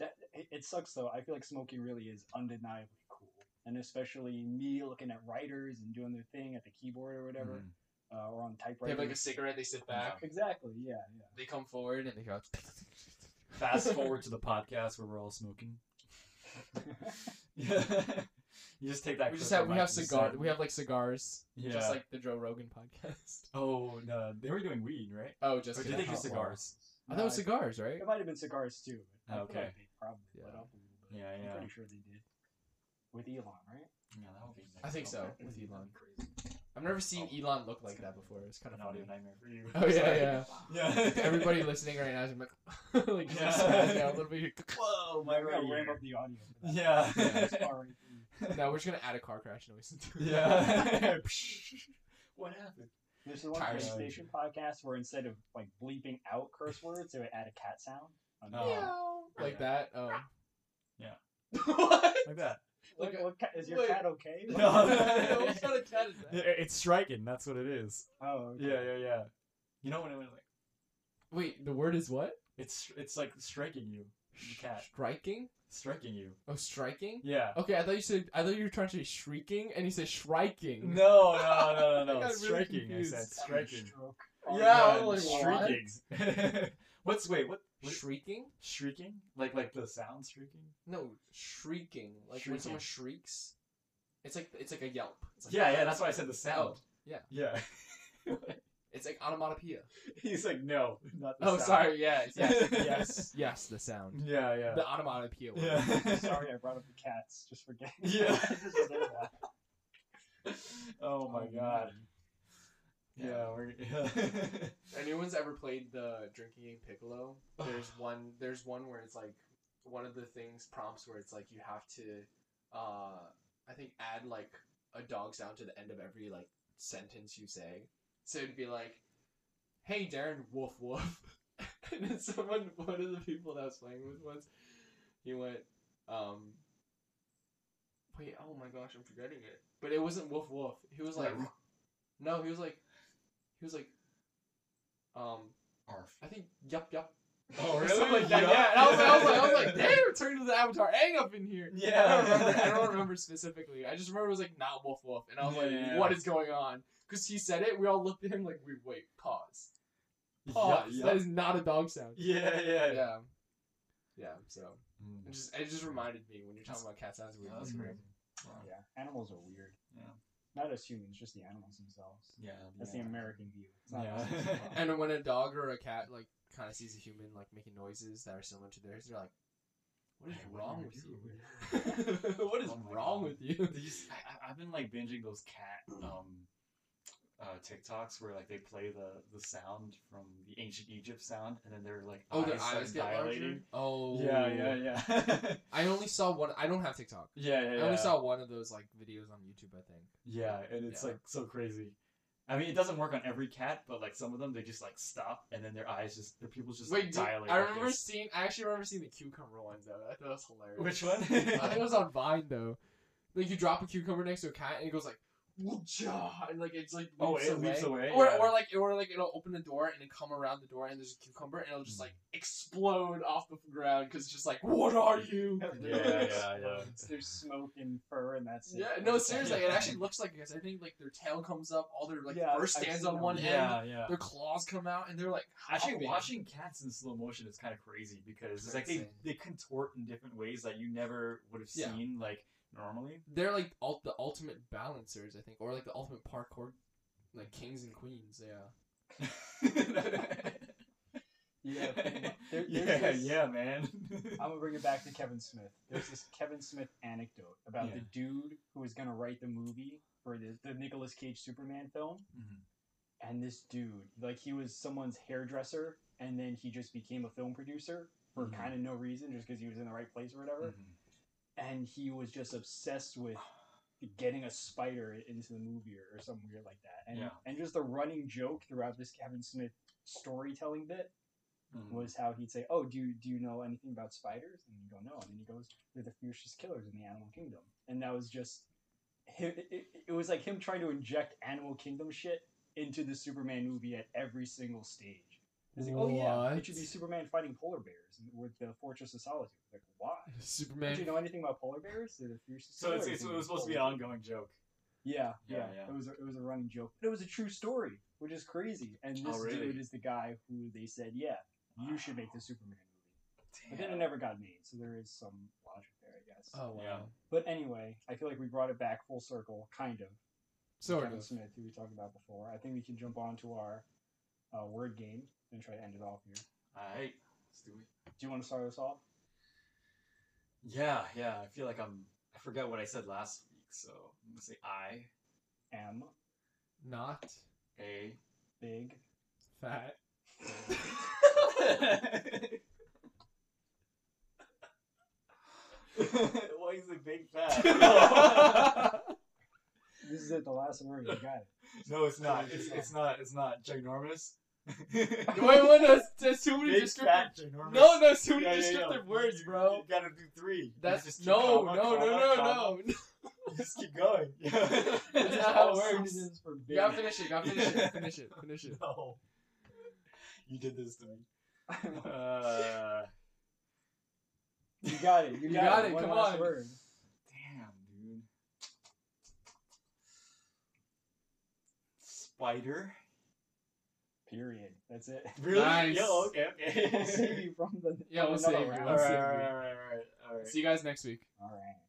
That- it, it sucks though. I feel like Smokey really is undeniably cool, and especially me looking at writers and doing their thing at the keyboard or whatever, Mhm. uh, or on They typewriter. have like a cigarette. They sit back. exactly. Yeah. Yeah. They come forward and they go. Fast forward to the podcast where we're all smoking. yeah. you just take that. we just clip have of we Mike have just cigar. said. We have like cigars, Yeah. just like the Joe Rogan podcast. oh no, they were doing weed, right? Oh, just Or did kidding. they do Oh, cigars? wow. I No, thought it was cigars, right? Uh, It might have been cigars too. but I feel Okay. like they probably lit Yeah. up a little bit. Yeah, I'm yeah. pretty sure they did. With Elon, right? Yeah, that would be. Nice. I think so, Okay. with That'd be Elon. Crazy. I've never seen Oh, Elon look like it's that gonna- before. It's kind An of funny. audio nightmare for you. Oh yeah, Sorry. yeah. yeah. Everybody listening right now is like, like just Yeah. spazzing out a little bit. Whoa, my I'm gonna radio. ramp up the audio. For that. Yeah. That's far right through. No, we're just gonna add a car crash noise. into it. Yeah. what happened? There's the one Tire PlayStation podcast where instead of like bleeping out curse words, they would add a cat sound. on Oh. there. like that. Um, what? Like that. What, Like a- what cat, is your wait. cat okay? Oh, No. what kind of cat is that? It's striking. That's what it is. Oh, okay. Yeah, yeah, yeah. You know when it was like wait, the word is what? it's it's like striking you, the cat Striking? striking you. Oh, striking. Yeah. Okay, I thought you said. I thought you were trying to say shrieking, and you said shriking. No, no, no, no, I no. got really Striking. I said confused. striking. Stroke. Oh, Yeah, I God, was like, what? shrieking. What's wait? What, what Shrieking? shrieking? Like like the sound shrieking? No, shrieking. Like when someone shrieks, it's like it's like a yelp. It's like, Yeah, yeah. That's why I said the sound. yeah. Yeah. It's like onomatopoeia. He's like, no, not the Oh, sound. sorry. Yes, yes, yes, yes. The sound. Yeah, yeah. The onomatopoeia. Word. yeah. Sorry, I brought up the cats. Just forget. Yeah. I just remembered that. Oh my Oh, god. Yeah. Yeah, we're yeah. Anyone's ever played the drinking game Piccolo? There's one. There's one where it's like one of the things prompts where it's like you have to, uh, I think add like a dog sound to the end of every like sentence you say. So it'd be like, "Hey Darren, woof woof," and then someone, one of the people that I was playing with once, he went, um. Wait, oh my gosh, I'm forgetting it. But it wasn't woof woof. He was like, no, he was like, he was like, um, Arf. I think yup yup. Oh, or really? something like that. Yup. Yeah, and I was like, I was like, I was like, damn, Return to the Avatar, hang up in here. Yeah. I don't remember. I don't remember specifically. I just remember it was like not wolf wolf, and I was Yeah. like, what is going on? Because he said it, we all looked at him like, we wait, pause, Yup, pause. yup. That is not a dog sound. Yeah, yeah. Yeah, yeah. So Mm. it just it just reminded me when you're talking about cat sounds. We Yeah, that's whisper. crazy. Wow. Yeah, animals are weird. Yeah. Not as humans, just the animals themselves. Yeah. That's yeah. the American view. It's not Yeah. us. It's not us. And when a dog or a cat like kind of sees a human like making noises that are similar to theirs, they're like, "What is Hey, what are wrong you with doing?" you? what is Oh my wrong God. with you?" These, I, I- I've been like binging those cat um uh TikToks where like they play the the sound from the ancient Egypt sound and then they're like Oh, their eyes, start eyes get larger. dilating. Oh, Yeah, yeah, yeah. yeah, I only saw one. I don't have TikTok. yeah, yeah. I only saw one of those like videos on YouTube. I think. Yeah, and it's Yeah. like so crazy. I mean, it doesn't work on every cat, but like some of them, they just like stop, and then their eyes just their pupils just Wait, like, dude, dilate. I like remember this. seeing. I actually remember seeing the cucumber ones though. I thought that was Which hilarious. one? I think it was on Vine though. Like you drop a cucumber next to a cat and it goes like, "Wooja," and like it's like Oh, leaps it leaps away, Or, yeah. or like or like it'll open the door and it come around the door and there's a cucumber and it'll Hmm. just like explode off the ground because it's just like, "What are you?" Yeah, yeah, yeah. There's smoke and fur, and that's it. Yeah, no, seriously, it actually looks like because I think like their tail comes up, all their like Yeah, fur I've stands seen on them. one end, yeah, yeah. their claws come out, and they're like Actually, hopping. watching cats in slow motion is kind of crazy because it's They're like they, insane. they contort in different ways that you never would have Yeah. seen like normally. They're like ult- the ultimate balancers, I think, or like the ultimate parkour, like kings and queens. Yeah, Yeah, pretty much. There- there's yeah, this- yeah, man. Mm-hmm, I'm gonna bring it back to Kevin Smith. There's this Kevin Smith anecdote about the Yeah. dude who was gonna write the movie for the, the Nicolas Cage Superman film, Mhm. and this dude, like, he was someone's hairdresser, and then he just became a film producer for Mhm. kind of no reason, just because he was in the right place or whatever. Mhm. And he was just obsessed with getting a spider into the movie or, or something weird like that. And Yeah. and just a running joke throughout this Kevin Smith storytelling bit Mhm. was how he'd say, "Oh, do you, do you know anything about spiders?" And you go, "No." And then he goes, "They're the fiercest killers in the animal kingdom." And that was just him. It, it, it was like him trying to inject animal kingdom shit into the Superman movie at every single stage. It's like, oh yeah, it What? should be Superman fighting polar bears with the Fortress of Solitude. Like, why? Superman. Don't you know anything about polar bears? That if you're So it's, it's, it Superman, was supposed to be an polar- ongoing joke. Yeah, yeah, Yeah, yeah. It was a, it was a running joke, but it was a true story, which is crazy. And Oh, this really? dude is the guy who they said, yeah, you should make the Superman movie. But then it never got made, so there is some logic there, I guess. oh wow. Yeah. But anyway, I feel like we brought it back full circle, kind of. Sort Kevin of. Smith, who we talked about before. I think we can jump on to our uh, word game and try to end it off here. All right, let's do it. Do you want to start us off? Yeah, yeah. I feel like I'm. I forgot what I said last week, so I'm gonna say I M, Not a. big. fat. Why is it big fat? That's This is it, the last word. You got it. no, it's not. It's, it's not. It's not. Ginormous. Wait, wait, that's, that's too many Big descriptive. fat ginormous. No, that's too many Yeah, yeah, yeah. descriptive words, You- bro. You gotta do three. That's You just keep no, comma, no, comma, no, no, comma. no. You just keep going. That's Just not how it all works. synonyms for big. You gotta finish it. You gotta finish it. Finish it. Finish it. no. You did this to me. Uh, you got it. You got, You got it, One come last on. word. damn, dude. Spider. Period. That's it. Really? Nice. Yeah, okay, okay. we'll save you from the. Yeah, from another we'll save you. round. All Let's right, see. all right, all right, all right. See you guys next week. All right.